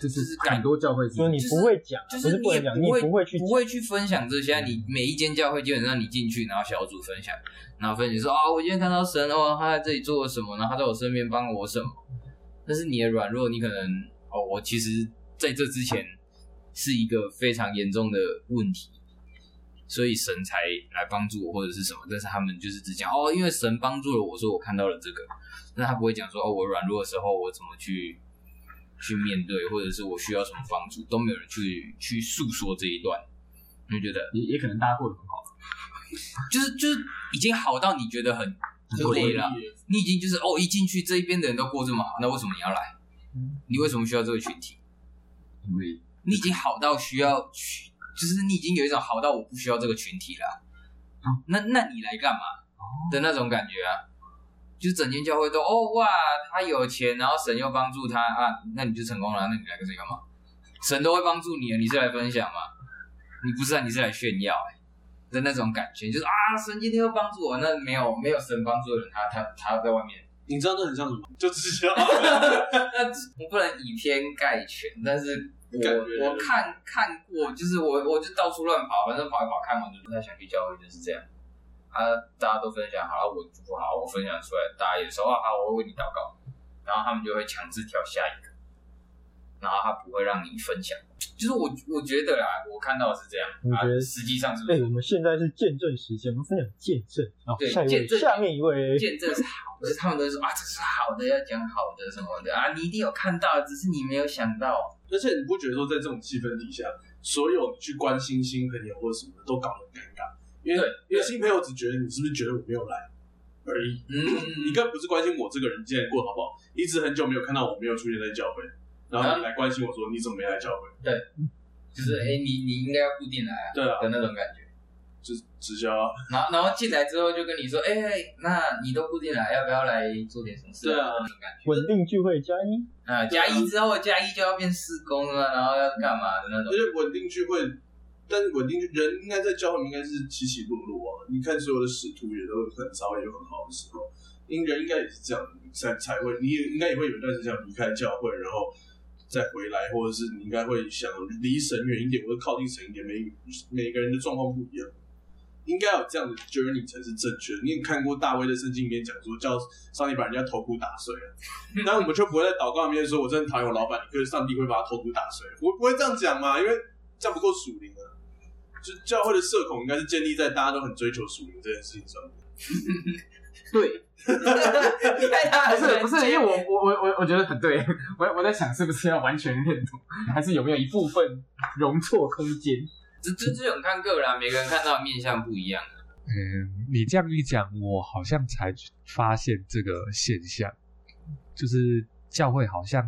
S6: 就是
S5: 就是
S6: 很多教会是
S4: 就是你不会讲，
S5: 就
S4: 不是
S5: 你
S4: 不
S5: 也
S4: 能讲，你
S5: 会
S4: 不会去
S5: 不会去分享这些，啊你每一间教会基本上你进去，然后小组分享，然后分享说啊、我今天看到神哦，他在这里做了什么，然后他在我身边帮我什么。但是你的软弱，你可能哦，我其实在这之前是一个非常严重的问题，所以神才来帮助我或者是什么。但是他们就是只讲哦，因为神帮助了我，所以我看到了这个，但他不会讲说哦，我软弱的时候我怎么去去面对，或者是我需要什么帮助，都没有人去去诉说这一段。你就觉得
S6: 也也可能大家过得很好，
S5: 就是就是已经好到你觉得很很累了，你已经就是哦，一进去这一边的人都过这么好，那为什么你要来？你为什么需要这个群体？
S6: 嗯因为
S5: 你已经好到需要去，就是你已经有一种好到我不需要这个群体了、
S6: 嗯
S5: 那那你来干嘛
S6: 哦
S5: 的那种感觉啊？就是整间教会都哦哇，他有钱，然后神又帮助他啊，那你就成功了啊。那你来跟这里干嘛？神都会帮助你的，你是来分享吗？你不是啊，你是来炫耀、欸、的那种感觉，就是啊，神今天又帮助我，那没有没有神帮助的人，他他他在外面
S1: <laughs> 你知道那很像什么？就直销。
S5: 那我不能以偏概全，但是
S1: 感
S5: 我
S1: 觉
S5: 我看看过，就是我我就到处乱跑，反正跑一跑，看完就不太想去教会，就是这样。啊，大家都分享好了，我不好，我分享出来，大家也说啊好，我会为你祷告，然后他们就会强制挑下一个，然后他不会让你分享。就是我我觉得啦，我看到的是这样，
S4: 你
S5: 啊
S4: 觉得、
S5: 实际上是不
S4: 哎、
S5: 是
S4: 我们现在是见证时间，我们分享见证。好、
S5: 对
S4: 下一位，
S5: 见证
S4: 下面一位，
S5: 见证是好的，他们都说啊这是好的，要讲好的什么的啊，你一定有看到，只是你没有想到。
S1: 而且你不觉得说在这种气氛底下，所有你去关心新朋友或什么的都搞得很尴尬，因为
S5: 对
S1: 因为新朋友只觉得你是不是觉得我没有来而已，
S5: 嗯，
S1: 你根本不是关心我这个人现在过得好不好，你只是很久没有看到我没有出现在教会，然后你来关心我说你怎么没来教会？
S5: 就是哎、诶你你应该要固定来啊
S1: 对啊，
S5: 的那种感觉。
S1: 就是直销啊，
S5: 然后然后进来之后就跟你说，哎、那你都固定来，要不要来做点什么事、
S1: 对啊
S5: 那种感觉。
S4: 稳定聚会加一。
S5: 啊，加一之后加一就要变四公了，然后要干嘛的那
S1: 而
S5: 种。
S1: 且稳定聚会，但稳定聚人应该在教会应该是起起落落啊，你看所有的使徒也都有很稍微有很好的时候。应该应该也是这样才才会，你也应该也会有一段时间想离开教会，然后再回来，或者是你应该会想离神远一点，或者靠近神一点。每每个人的状况不一样，应该有这样的 journey 才是正确的。你也看过大卫在圣经里面讲说，叫上帝把人家头骨打碎啊，
S5: 嗯
S1: 但我们却不会在祷告里面说，我真的讨厌我老板，可是上帝会把他头骨打碎。我不会这样讲嘛，因为这样不够属灵啊。就教会的社恐应该是建立在大家都很追求属灵这件事情上面。
S6: 对，
S5: 不
S6: 不是不是，因为我我我我我觉得很对，我我在想是不是要完全认同，还是有没有一部分容错空间？
S5: 这这这种看个人啊，每个人看到的面相不一样。
S2: 嗯，你这样一讲，我好像才发现这个现象，就是教会好像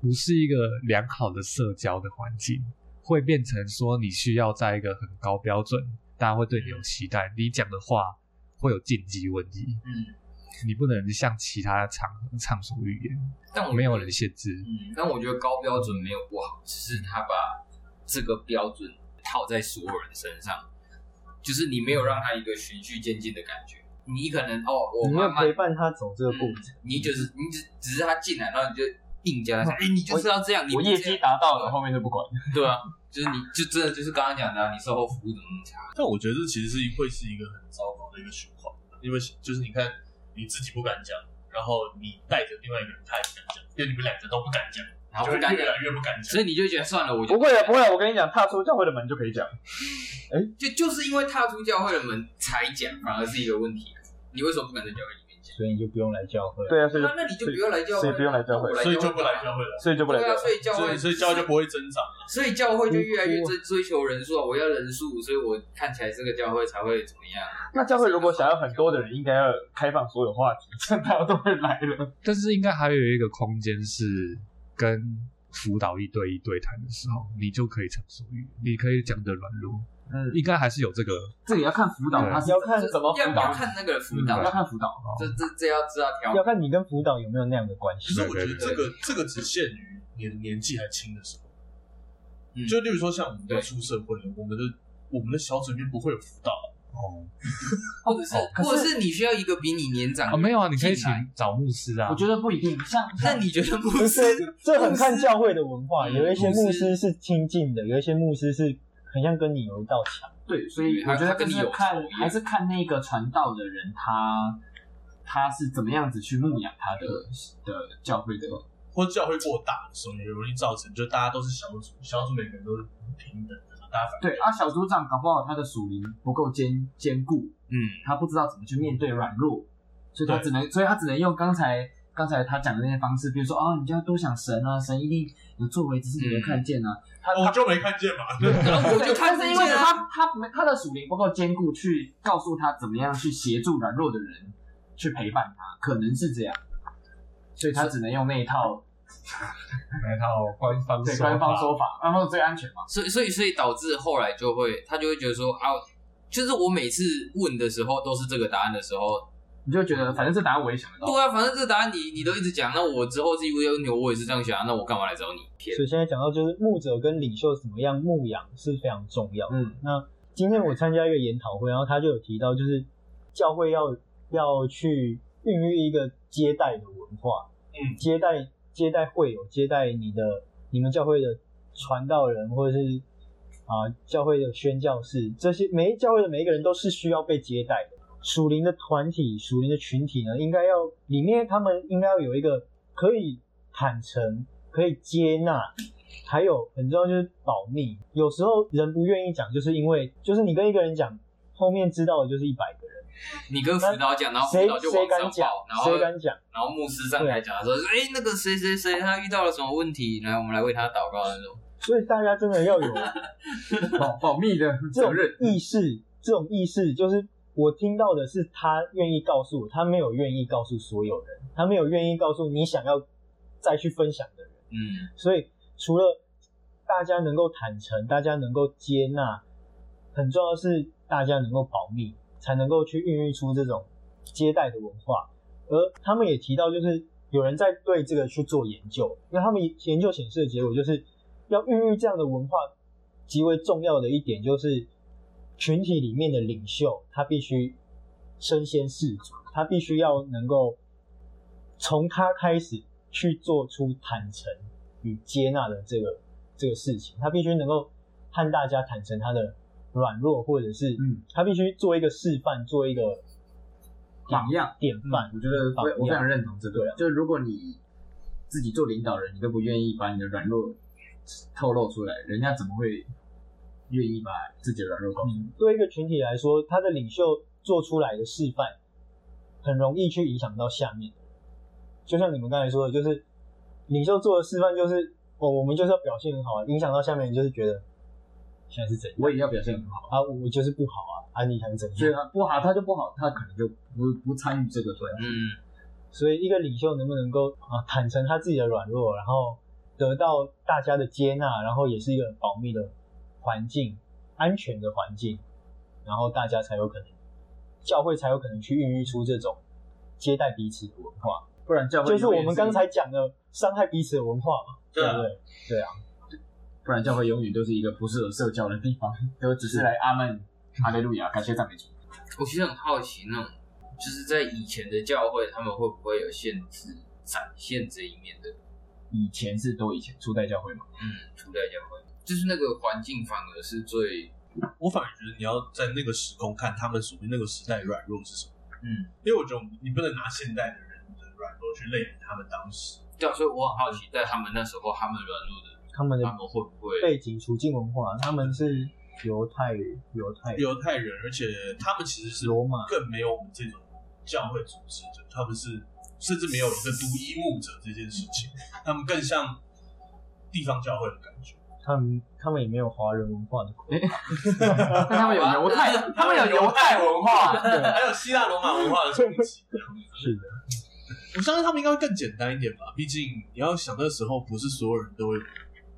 S2: 不是一个良好的社交的环境，会变成说你需要在一个很高标准，大家会对你
S5: 嗯
S2: 有期待，你讲的话会有禁忌问题，
S5: 嗯，
S2: 你不能像其他场合畅所欲言，
S5: 但我
S2: 没有人限制，
S5: 嗯，但我觉得高标准没有不好，只是他把这个标准套在所有人身上，就是你没有让他一个循序渐进的感觉。你可能哦，我
S4: 你要
S5: 慢慢
S4: 陪，伴他走这个过程。
S5: 你就是你只只是他进来，然后你就硬加他说，哎、你就是要这样，你
S6: 我
S5: 不
S6: 业
S5: 这
S6: 绩
S5: 样
S6: 达到了，后面就不管。
S5: 对啊，就是你就真的就是刚刚讲的啊、你售后服务怎么那么差？
S1: 但我觉得这其实是一会是一个很糟糕的一个循环，因为就是你看你自己不敢讲，然后你带着另外一个人他也不敢讲，因为你们两个都不敢讲，
S5: 然
S1: 就
S5: 后
S1: 会
S5: 不敢
S1: 越，
S5: 讲
S1: 来越不敢讲。
S5: 所以你就觉得算了，我就
S10: 不会啊，不会啊，我跟你讲，踏出教会的门就可以讲。
S5: 就就是因为踏出教会的门才讲，反而是一个问题。啊你为什么不敢在教会里面讲？
S4: 所以你就不用来教会。
S10: 对啊，所以就
S5: 那那你就不要来教会
S10: 所
S5: 啊，
S10: 以不用来教会
S5: 我
S1: 所以就不
S5: 干嘛
S1: 来教会了，
S10: 所以就不来
S5: 对
S10: 教会。
S5: 啊，所以教
S1: 所
S5: 会，
S1: 以所以教会就不会增长了。
S5: 所以教会就越来越追追求人数啊，我要人数，所以我看起来这个教会才会怎么样？
S10: 那教会如果想要很多的人，应该要开放所有话题， <laughs> 这样大家都会来了。
S2: 但是应该还有一个空间是跟辅导一对一对谈的时候，你就可以畅所欲言，你可以讲的软弱，
S10: 嗯，
S2: 应该还是有这个。
S6: 这个要看辅导
S2: 对
S6: 他是
S4: 要看
S6: 是怎么
S5: 要
S6: 辅
S5: 不要
S6: 导，
S5: 看那个辅
S2: 嗯
S6: 要
S5: 导？
S6: 看辅导。哦
S5: 这这这要知道调
S4: 要看你跟辅导有没有那样的关
S1: 可
S4: 系
S10: <laughs>
S1: 是。我觉得
S2: 对对
S1: 这个这个只限于你的年纪还轻的时候，
S5: 嗯
S1: 就例如说像我们
S5: 对
S1: 都出社会了，我们的我们的小组里面不会有辅导，
S2: 哦，
S5: 或者是
S10: 哦
S5: 或者是你需要一个比你年长
S2: 哦，
S5: 的
S2: 没有啊，你可
S5: 进
S2: 以请
S5: 来
S2: 找牧师啊。
S6: 我觉得不一定，像
S5: <laughs> 那
S6: 像
S5: 你觉得不是？
S4: 这很看教会的文化，
S5: 嗯
S4: 有一些牧
S5: 牧师
S4: 师是亲近的，有一些牧师是很像跟你有一道墙。
S6: 对，所以
S5: 对
S6: 我觉
S5: 他
S6: 得
S5: 跟
S6: 就
S5: 你有
S6: 是看
S5: 仇一样
S6: 还是看那个传道的人他他是怎么样子去牧养他的的教会的。
S1: 或者教会过大的时候也容易造成，就大家都是小组，小组每个人都是平等的，大家反
S6: 对啊，小组长搞不好他的属灵不够坚坚固，
S5: 嗯，
S6: 他不知道怎么去面对软弱，所以他
S1: 对
S6: 只能，所以他只能用刚才刚才他讲的那些方式，比如说啊、你就要多想神啊，神一定有作为，只是
S5: 嗯
S6: 你没看见啊。他
S1: 我
S6: 他
S1: 就没看见嘛，对
S5: 然后我就看
S6: 但是因为
S5: 见啊，
S6: 他他没他的属灵不够坚固，去告诉他怎么样去协助软弱的人，去陪伴他，可能是这样，所以他只能用那一套
S2: 那套官方
S6: 对官方说法，然后最安全嘛。
S5: 所以所以所以导致后来就会他就会觉得说啊，就是我每次问的时候都是这个答案的时候，
S6: 你就觉得反正这答案我也想得到，
S5: 对啊，反正这答案你你都一直讲，那我之后自己遇到问题我也是这样想，那我干嘛来找你？
S4: 所以现在讲到就是牧者跟领袖怎么样牧养是非常重要的。
S6: 嗯，
S4: 那今天我参加一个研讨会，然后他就有提到，就是教会要要去孕育一个接待的文化，
S1: 嗯
S4: 接待接待会友，接待你的你们教会的传道人或者是啊、教会的宣教士，这些每一教会的每一个人都是需要被接待的。属灵的团体、属灵的群体呢，应该要里面他们应该要有一个可以坦诚、可以接纳、还有很重要就是保密。有时候人不愿意讲，就是因为就是你跟一个人讲，后面知道的就是一百个人，
S5: 你跟辅导讲，然后辅
S4: 谁
S5: 导就
S4: 谁
S5: 往
S4: 敢
S5: 上
S4: 讲
S5: 报，然，后
S4: 谁敢讲？
S5: 然后牧师上台讲的时候，说：“哎、那个谁谁谁他遇到了什么问题，来我们来为他祷告那种。
S4: 所以大家真的
S5: <laughs>
S4: 要有
S6: 保保密的
S4: 这
S6: 责
S5: 嗯
S4: 种
S6: 任。
S4: 意识，这种意识就是我听到的是他愿意告诉我，他没有愿意告诉所有人，他没有愿意告诉你想要再去分享的人。”
S5: 嗯，
S4: 所以除了大家能够坦诚，大家能够接纳，很重要的是大家能够保密，才能够去孕育出这种接待的文化。而他们也提到，就是有人在对这个去做研究，因为他们研究显示的结果就是要孕育这样的文化，极为重要的一点就是群体里面的领袖他必须身先士卒，他必须要能够从他开始去做出坦诚与接纳的这个这个事情，他必须能够和大家坦诚他的软弱，或者是
S6: 嗯，
S4: 他必须做一个示范，做一个
S6: 榜样
S4: 典范。
S6: 嗯我觉得
S4: 榜
S6: 我我非
S4: 样
S6: 常认同这
S4: 对
S6: 个
S4: 啊，
S6: 就是如果你自己做领导人，你都不愿意把你的软弱透露出来，人家怎么会愿意把自己的软弱告诉你？
S4: 对一个群体来说，他的领袖做出来的示范，很容易去影响到下面的人。就像你们刚才说的，就是领袖做的示范，就是哦，我们就是要表现很好啊，影响到下面人就是觉得现在是怎样
S6: 我也要表现很好，
S4: 啊，我我就是不好啊，啊，你想怎
S6: 所以
S4: 样？
S6: 他不好，他就不好，他可能就不不参与这个团。
S5: 嗯，
S4: 所以一个领袖能不能够啊坦诚他自己的软弱，然后得到大家的接纳，然后也是一个保密的环境、安全的环境，然后大家才有可能，教会才有可能去孕育出这种接待彼此的文化，
S6: 不然教会
S4: 就是我
S6: 永远
S4: 们刚，才讲的伤害彼此的文化嘛，
S1: 对
S4: 对
S1: 啊
S4: 不对？
S6: 不然教会永远都是一个不适合社交的地方，都只是来阿门、哈利路亚，感谢赞美主。
S5: 我其实很好奇那种，就是在以前的教会，他们会不会有限制展现这一面的？
S6: 以前是多以前初代教会嘛，
S5: 嗯，初代教会就是那个环境反而是最
S1: 我反而觉得你要在那个时空看他们所谓那个时代的软弱是什么。
S5: 嗯，
S1: 因为我觉得你不能拿现代的人的软弱去类比他们当时。
S5: 对啊，所以我很好奇，在他们那时候，他们软弱的，
S4: 他们的
S5: 他们会不会
S4: 背景、处境、文化，他们是犹太、犹太、
S1: 犹太人，而且他们其实是
S4: 罗马
S1: 更没有我们这种教会组织的，他们是甚至没有一个独一牧者这件事情，他们更像地方教会的感觉。
S4: 他们他们也没有华人文化的
S6: <laughs>
S4: 苦。
S6: 但他们有犹
S5: <laughs>
S6: 太，他们有犹太文化，
S1: 还有希腊罗马文化的冲
S4: <laughs>
S1: 击。
S4: 是
S1: 的，我相信他们应该会更简单一点吧。毕竟你要想那时候不是所有人都会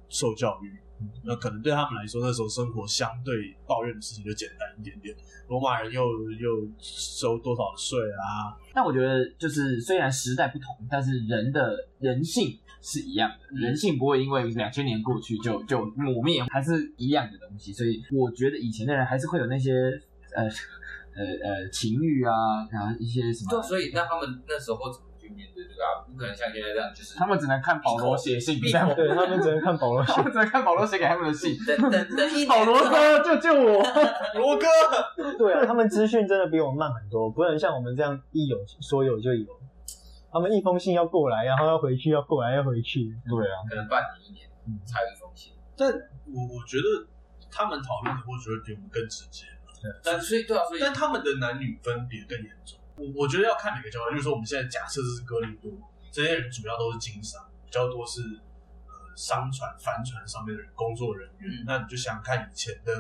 S1: 受教育，那可能对他们来说那时候生活相对抱怨的事情就简单一点点。罗马人又又收多少的税啊？
S6: 但我觉得，就是虽然时代不同，但是人的人性是一样
S5: 嗯
S6: 的，人性不会因为两千年过去就就抹灭，还是一样的东西。所以我觉得以前的人还是会有那些呃 <laughs> 呃呃情欲啊，然后一些什
S5: 对啊，
S6: 么，
S5: 所以那他们那时候怎么去面对这个啊？不可能像现在这样，就是
S6: 他们只能看保罗写信，
S5: 闭
S6: 这样
S5: 口
S4: 对他们只能看
S6: <laughs>
S4: 保罗写
S6: 他们只能看保罗写给他们的信。
S5: 等等等一
S6: <laughs>
S5: 年
S6: 保罗哥救救 <laughs> 我！
S1: 罗哥，
S4: <laughs> 对啊，他们资讯真的比我们慢很多，不能像我们这样一有说有就有。他们一封信要过来，然后要回去，要过来，要回去。
S6: 对啊，
S5: 可能半年一年才有一封信，
S1: 但我我觉得他们讨论的或许会比我们更直接，
S5: 但所以对啊，所以
S1: 但他们的男女分别更严重。我我觉得要看每个教会，就是说我们现在假设这是哥林多，这些人主要都是经商，比较多是呃商船、帆船上面的人工作人员。那你就想想看以前的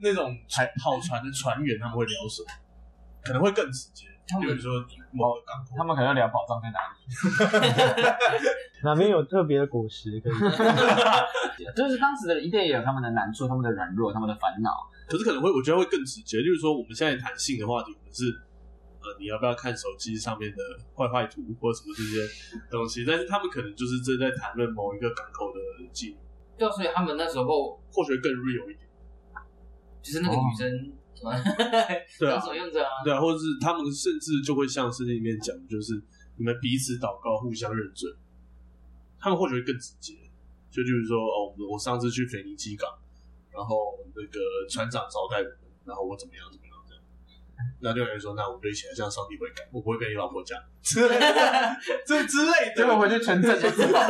S1: 那种跑船的船员，他们会聊什么？可能会更直接，比如说某个港口，
S6: 他们可能要聊宝藏在哪里。
S4: 哪边有特别的果实可以？
S6: 就是当时的人一定也有他们的难处、他们的软弱、他们的烦恼。
S1: 可是可能会，我觉得会更直接。就是说，我们现在谈性的话题，我们是呃，你要不要看手机上面的坏坏图或什么这些东西？但是他们可能就是正在谈论某一个港口的妓女，
S5: 对啊，所以他们那时候
S1: 或许会更 real 一点。
S5: 就是
S6: 哦
S5: 那个女生。
S1: 对啊，
S5: 所用者啊，
S1: 对啊，或者是他们甚至就会像圣经里面讲的，就是你们彼此祷告，互相认罪。他们或许会更直接，就就是说，哦，我们我上次去腓尼基港，然后那个船长招待我们，然后我怎么样怎么样这样。那就有人说，那我们就一起来向上帝悔改，我不会跟你老婆讲，之类的，这之类
S6: 结果
S1: 的。
S6: 回去全证就知道，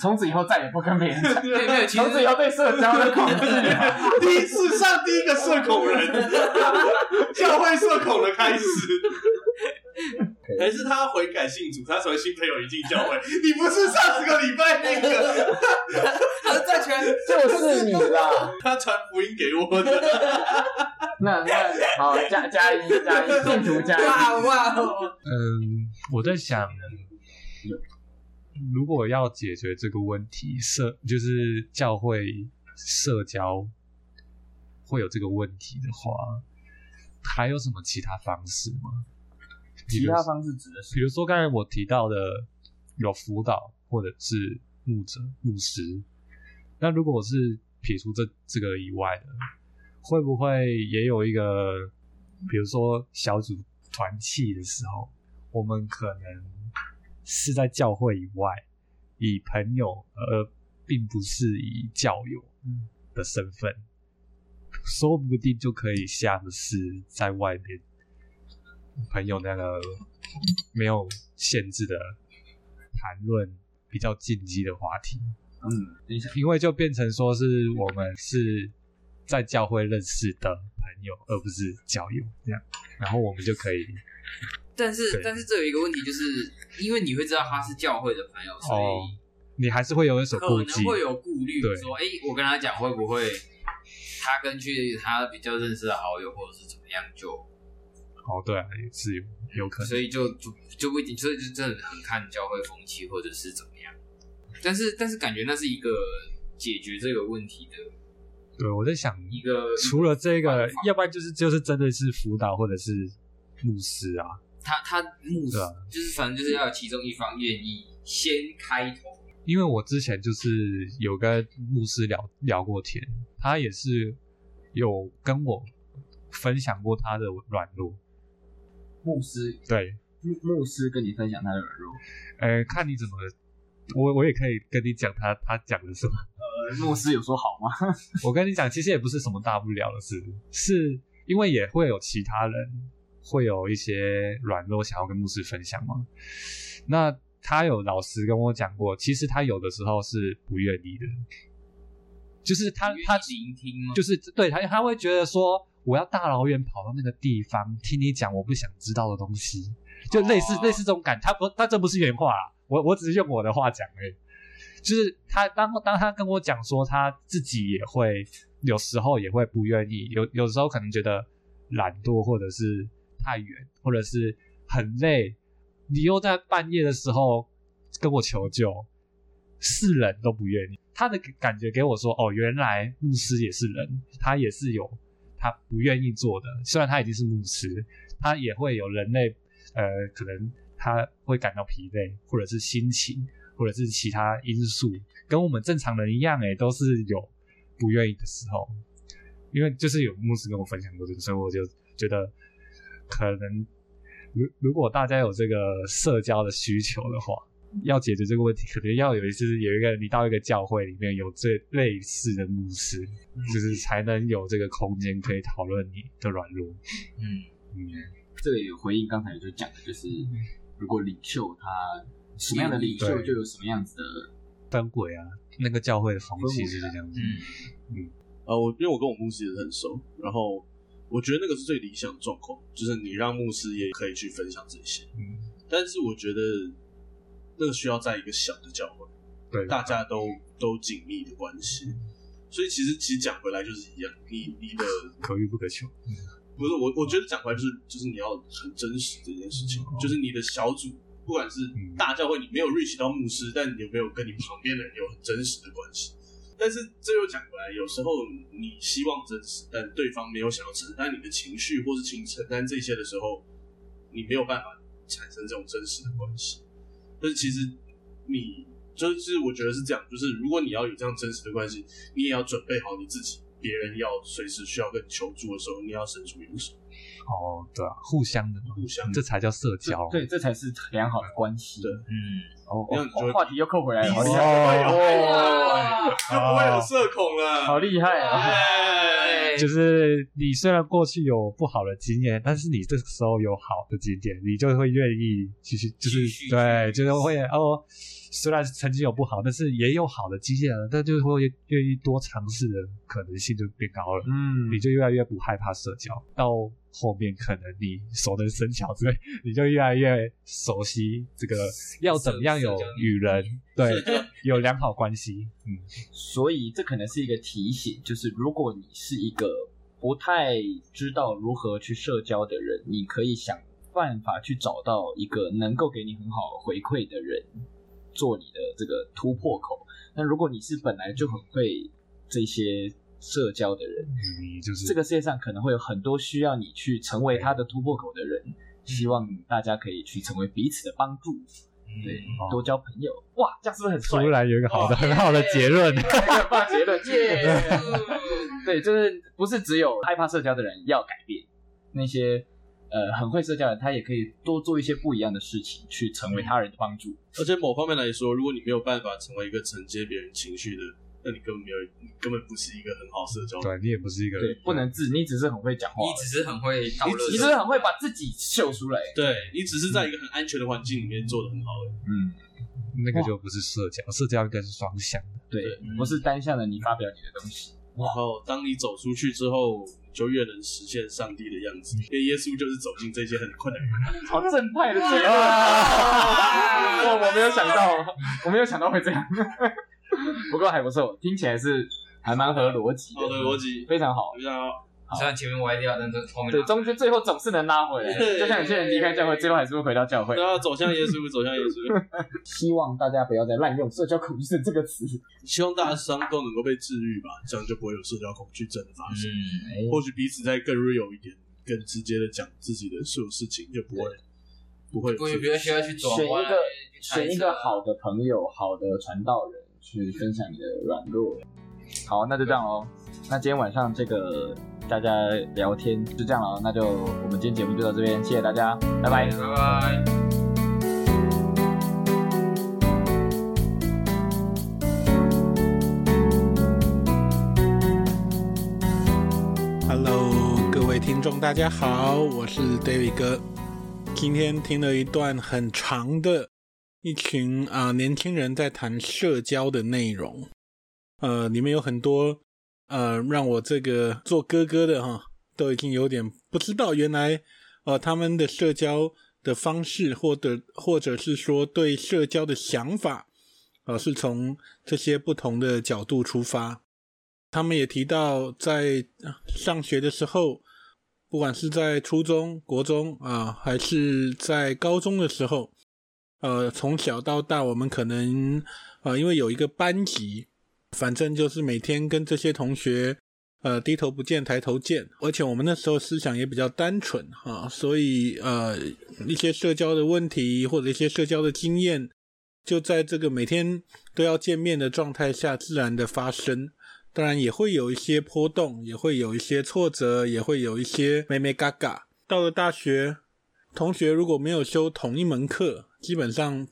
S6: 从此以后再也不跟别人讲，
S5: 对没有，其实
S6: 从此以后对社交的控制。
S1: 第一次上第一个社恐人，教会社恐的开始。还是他悔改信主，他成为新朋友一进教会。你不是上十个礼拜那个？
S5: 他是债权，
S6: 就是你啦。
S1: 他传福音给我的，
S6: 那那好，加加一加一，信徒
S4: <laughs>
S6: 加一。
S5: 哇哇哦，
S2: 嗯，我在想，如果要解决这个问题，社就是教会社交会有这个问题的话，还有什么其他方式吗？
S6: 其他方式指的是
S2: 比如说刚才我提到的有辅导或者是牧者、牧师。那如果我是撇除这这个以外的，会不会也有一个，比如说小组团契的时候，我们可能是在教会以外，以朋友而并不是以教友的身份，说不定就可以像是在外面朋友那个没有限制的谈论比较禁忌的话题。
S6: 嗯，等一下，
S2: 因为就变成说是我们是在教会认识的朋友，而不是教友这样，然后我们就可以
S5: 但是
S2: 对
S5: 但是这有一个问题，就是因为你会知道他是教会的朋友，所
S2: 哦
S5: 以，
S2: 你还是会有所
S5: 可
S2: 顾忌
S5: 能，会有顾虑
S2: 对，
S5: 说，哎、我跟他讲会不会他跟去他比较认识的好友或者是怎么样就，
S2: 哦，对啊，也是有有可能
S5: 所以就就就不一定，所以就真的很看教会风气或者是怎么样。但是但是感觉那是一个解决这个问题的
S2: 对我在想，
S5: 一个，
S2: 除了这个
S5: 办法，
S2: 要不然就是就是真的是辅导或者是牧师啊，
S5: 他他牧师
S2: 对啊
S5: 就是反正就是要有其中一方愿意先开头，啊
S2: 因为我之前就是有跟牧师聊聊过天，他也是有跟我分享过他的软弱，
S6: 牧师
S2: 对，
S6: 牧牧师跟你分享他的软弱，
S2: 呃，看你怎么，我我也可以跟你讲他他讲的什么。
S6: 牧师有说好吗？ <laughs>
S2: 我跟你讲，其实也不是什么大不了的事，是因为也会有其他人会有一些软弱想要跟牧师分享嘛。那他有老实跟我讲过，其实他有的时候是不愿意的，就是他
S5: 愿意
S2: 他
S5: 聆听吗？
S2: 就是对他他会觉得说，我要大老远跑到那个地方听你讲我不想知道的东西，就类似、
S5: 哦
S2: 类似这种感。他不，他这不是原话啊，我我只是用我的话讲而已。就是他当当他跟我讲说，他自己也会有时候也会不愿意，有有时候可能觉得懒惰，或者是太远，或者是很累。你又在半夜的时候跟我求救，是人都不愿意。他的感觉给我说，哦，原来牧师也是人，他也是有他不愿意做的。虽然他已经是牧师，他也会有人类，呃，可能他会感到疲累，或者是心情，或者是其他因素，跟我们正常人一样，哎，都是有不愿意的时候。因为就是有牧师跟我分享过这个，所以我就觉得可能。如如果大家有这个社交的需求的话，要解决这个问题，可能要有一次有一个你到一个教会里面有这类似的牧师，就是才能有这个空间可以讨论你的软弱。
S5: 嗯
S2: 嗯，
S6: 这个也回应刚才就讲的，就是
S5: 嗯
S6: 如果领袖他什么样的领袖
S2: 对
S6: 就有什么样子的，
S2: 分轨啊，那个教会的风气就是这样子。
S5: 嗯。
S1: 呃，我因为我跟我牧师也很熟，然后我觉得那个是最理想的状况，就是你让牧师也可以去分享这些。
S2: 嗯
S1: 但是我觉得那个需要在一个小的教会，
S2: 对，
S1: 大家都都紧密的关系。所以其实其实讲回来就是一样，你你的
S2: 可遇不可求。
S1: 不是我，我觉得讲回来就是就是你要很真实这件事情，就是你的小组，不管是
S2: 嗯
S1: 大教会，你没有 reach 到牧师，但你有没有跟你旁边的人有很真实的关系？但是这又讲回来，有时候你希望真实，但对方没有想要承担你的情绪，或是请承担这些的时候，你没有办法产生这种真实的关系。但是其实你就是我觉得是这样，就是如果你要有这样真实的关系，你也要准备好你自己，别人要随时需要跟你求助的时候，你要伸出援手。
S2: 哦，对啊，互相的嘛，
S1: 互相
S2: 这才叫社
S6: 这
S2: 交。
S6: 对，这才是良好的关系。
S1: 对
S5: 嗯，
S6: 哦，
S1: 这样你就
S6: 哦
S1: 会
S6: 哦话题又扣回来了，好厉害，
S1: 哦，
S5: 哇
S1: 就 <laughs> 不会有社恐了。
S6: 好厉害啊！ <laughs>
S1: 哎
S2: 就是你虽然过去有不好的经验，但是你这个时候有好的经验，你就会愿意继续，就是
S5: 继续
S2: 对，就是会哦。虽然曾经有不好，但是也有好的经验了，但就会愿意多尝试的可能性就变高了。
S10: 嗯
S2: 你就越来越不害怕社交，到后面可能你熟能生巧之类，你就越来越熟悉这个要怎么样有与人对有良好关系。嗯，
S6: 所以这可能是一个提醒，就是如果你是一个不太知道如何去社交的人，你可以想办法去找到一个能够给你很好回馈的人，做你的这个突破口。那如果你是本来就很会这些社交的人，
S2: 你就是
S6: 这个世界上可能会有很多需要你去成为他的突破口的人，希望大家可以去成为彼此的帮助。
S3: 对，
S6: 多交朋友。哇，这样是不是很
S2: 突
S6: 帅？啊
S2: 然有一个好的很好的结论，
S6: 很棒结论， <laughs> 耶！
S3: 嗯
S6: 对，就是不是只有害怕社交的人要改变，那些呃很会社交的人，他也可以多做一些不一样的事情，去成为他人的帮助。
S1: 而且某方面来说，如果你没有办法成为一个承接别人情绪的，那你根本没有，你根本不是一个很好社交的人。
S2: 对你也不是一个
S6: 对，不能自，你只是很会讲话而
S5: 你只是很会倒垃
S6: 已，
S5: 圾
S6: 你只是很会把自己秀出来。
S1: 对你只是在一个很安全的环境里面做的很好而已。
S6: 嗯，
S2: 那个就不是社交，社交应该是双向的。
S6: 对，嗯不是单向的，你发表你的东西。
S1: 然后当你走出去之后，你就越能实现上帝的样子。因为耶稣就是走进这些很困难的人。
S6: 好正派的这个，
S3: 哇
S6: 我我没有想到，我没有想到会这样。 <laughs> 不过还不错，听起来是还蛮合逻辑
S1: 好的
S6: 的，
S1: 逻辑，
S6: 非常好。
S1: 非常好。
S5: 虽然前面歪掉，但是后面
S6: 对，中间最后总是能拉回来，
S1: 对
S6: 就像有些人离开教会，最后还是会回到教会
S1: 对。啊，走向耶稣，走向耶 <laughs> 稣。
S6: 希望大家不要再滥用“社交恐惧症”这个词。
S1: 希望大家伤痛能够被治愈吧，这样就不会有社交恐惧症的发生。
S5: 嗯，
S1: 或许彼此再更 real 一点，更直接的讲自己的所有事情，就不会不会有
S5: 不
S1: 这
S5: 不要需要去转
S6: 选一
S5: 弯
S6: 个，选一个
S5: 好。
S6: 好的朋友、好的传道人去分享你的软弱。好，那就这样喽。那今天晚上这个大家聊天就这样了，那就我们今天节目就到这边，谢谢大家，拜拜。
S11: Hello，各位听众，大家好，我是 David 哥。今天听了一段很长的，一群啊、年轻人在谈社交的内容，呃，里面有很多呃让我这个做哥哥的哈，都已经有点不知道原来呃他们的社交的方式，或者或者是说对社交的想法，呃，是从这些不同的角度出发。他们也提到，在上学的时候，不管是在初中、国中啊，还是在高中的时候，呃，从小到大，我们可能呃，因为有一个班级，反正就是每天跟这些同学，呃，低头不见抬头见，而且我们那时候思想也比较单纯啊，所以呃，一些社交的问题或者一些社交的经验，就在这个每天都要见面的状态下，自然的发生。当然也会有一些波动，也会有一些挫折，也会有一些咩咩嘎嘎。到了大学，同学如果没有修同一门课，基本上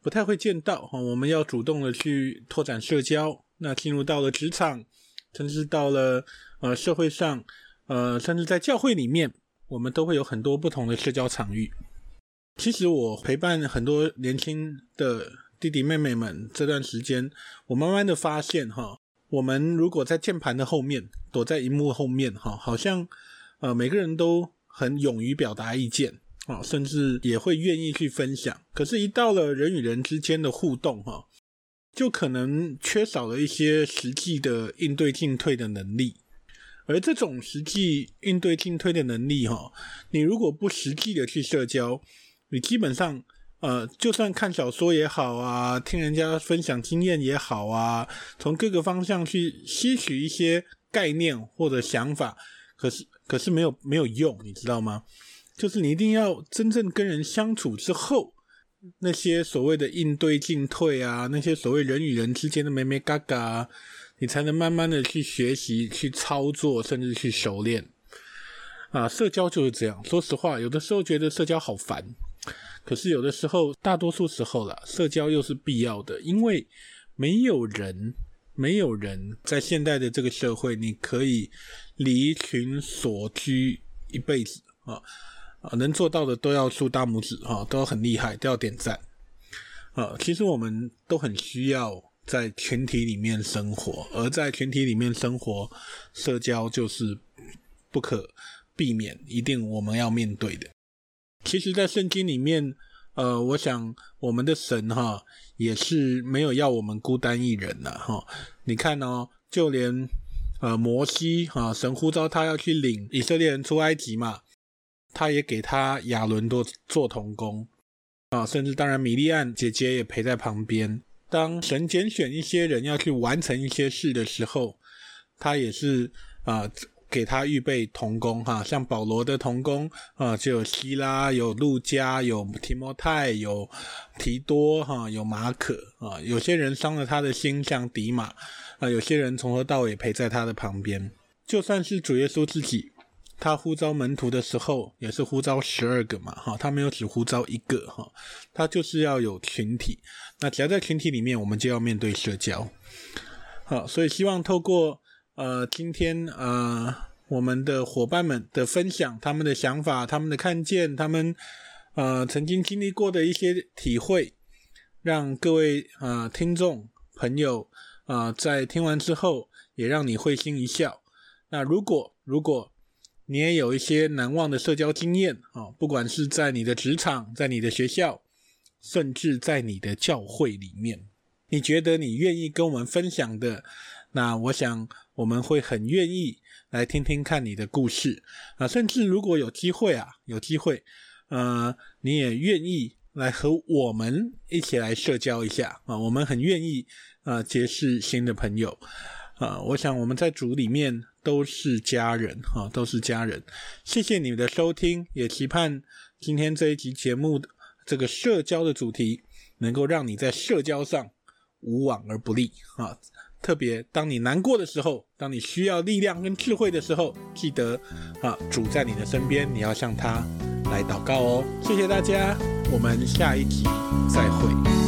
S11: 不太会见到哈。我们要主动的去拓展社交。那进入到了职场，甚至到了呃社会上，呃甚至在教会里面，我们都会有很多不同的社交场域。其实我陪伴很多年轻的弟弟妹妹们这段时间，我慢慢的发现哈，我们如果在键盘的后面，躲在荧幕后面，哈，好像呃每个人都很勇于表达意见，啊，甚至也会愿意去分享。可是，一到了人与人之间的互动，哈，就可能缺少了一些实际的应对进退的能力。而这种实际应对进退的能力，哈，你如果不实际的去社交，你基本上，呃，就算看小说也好啊，听人家分享经验也好啊，从各个方向去吸取一些概念或者想法，可是可是没有没有用，你知道吗？就是你一定要真正跟人相处之后，那些所谓的应对进退啊，那些所谓人与人之间的咩咩嘎嘎、啊，你才能慢慢的去学习、去操作，甚至去熟练。啊，社交就是这样。说实话，有的时候觉得社交好烦，可是有的时候，大多数时候啦，社交又是必要的，因为没有人，没有人在现代的这个社会，你可以离群所居一辈子啊啊，能做到的都要竖大拇指啊，都很厉害，都要点赞啊。其实我们都很需要在群体里面生活，而在群体里面生活，社交就是不可避免，一定我们要面对的。其实，在圣经里面，呃，我想我们的神哈也是没有要我们孤单一人呐、哈。你看哦，就连呃摩西哈、神呼召他要去领以色列人出埃及嘛，他也给他亚伦做做童工啊，甚至当然米利安姐姐也陪在旁边。当神拣选一些人要去完成一些事的时候，他也是啊、给他预备童工哈，像保罗的童工啊、呃就有希拉、有路加、有提摩太、有提多哈、有马可啊、有些人伤了他的心，像迪马啊、有些人从头到尾陪在他的旁边。就算是主耶稣自己，他呼召门徒的时候，也是呼召十二个嘛，哈，他没有只呼召一个哈，他就是要有群体。那只要在群体里面，我们就要面对社交。好，所以希望透过呃今天呃我们的伙伴们的分享，他们的想法、他们的看见、他们呃曾经经历过的一些体会，让各位呃听众朋友呃在听完之后，也让你会心一笑。那如果如果你也有一些难忘的社交经验啊、哦，不管是在你的职场、在你的学校，甚至在你的教会里面，你觉得你愿意跟我们分享的，那我想我们会很愿意来听听看你的故事啊，甚至如果有机会啊，有机会，呃，你也愿意来和我们一起来社交一下啊，我们很愿意啊结识新的朋友。啊、我想我们在组里面都是家人哈、啊都是家人。谢谢你们的收听，也期盼今天这一集节目这个社交的主题能够让你在社交上无往而不利啊！特别当你难过的时候，当你需要力量跟智慧的时候，记得啊，主在你的身边，你要向他来祷告哦。谢谢大家，我们下一集再会。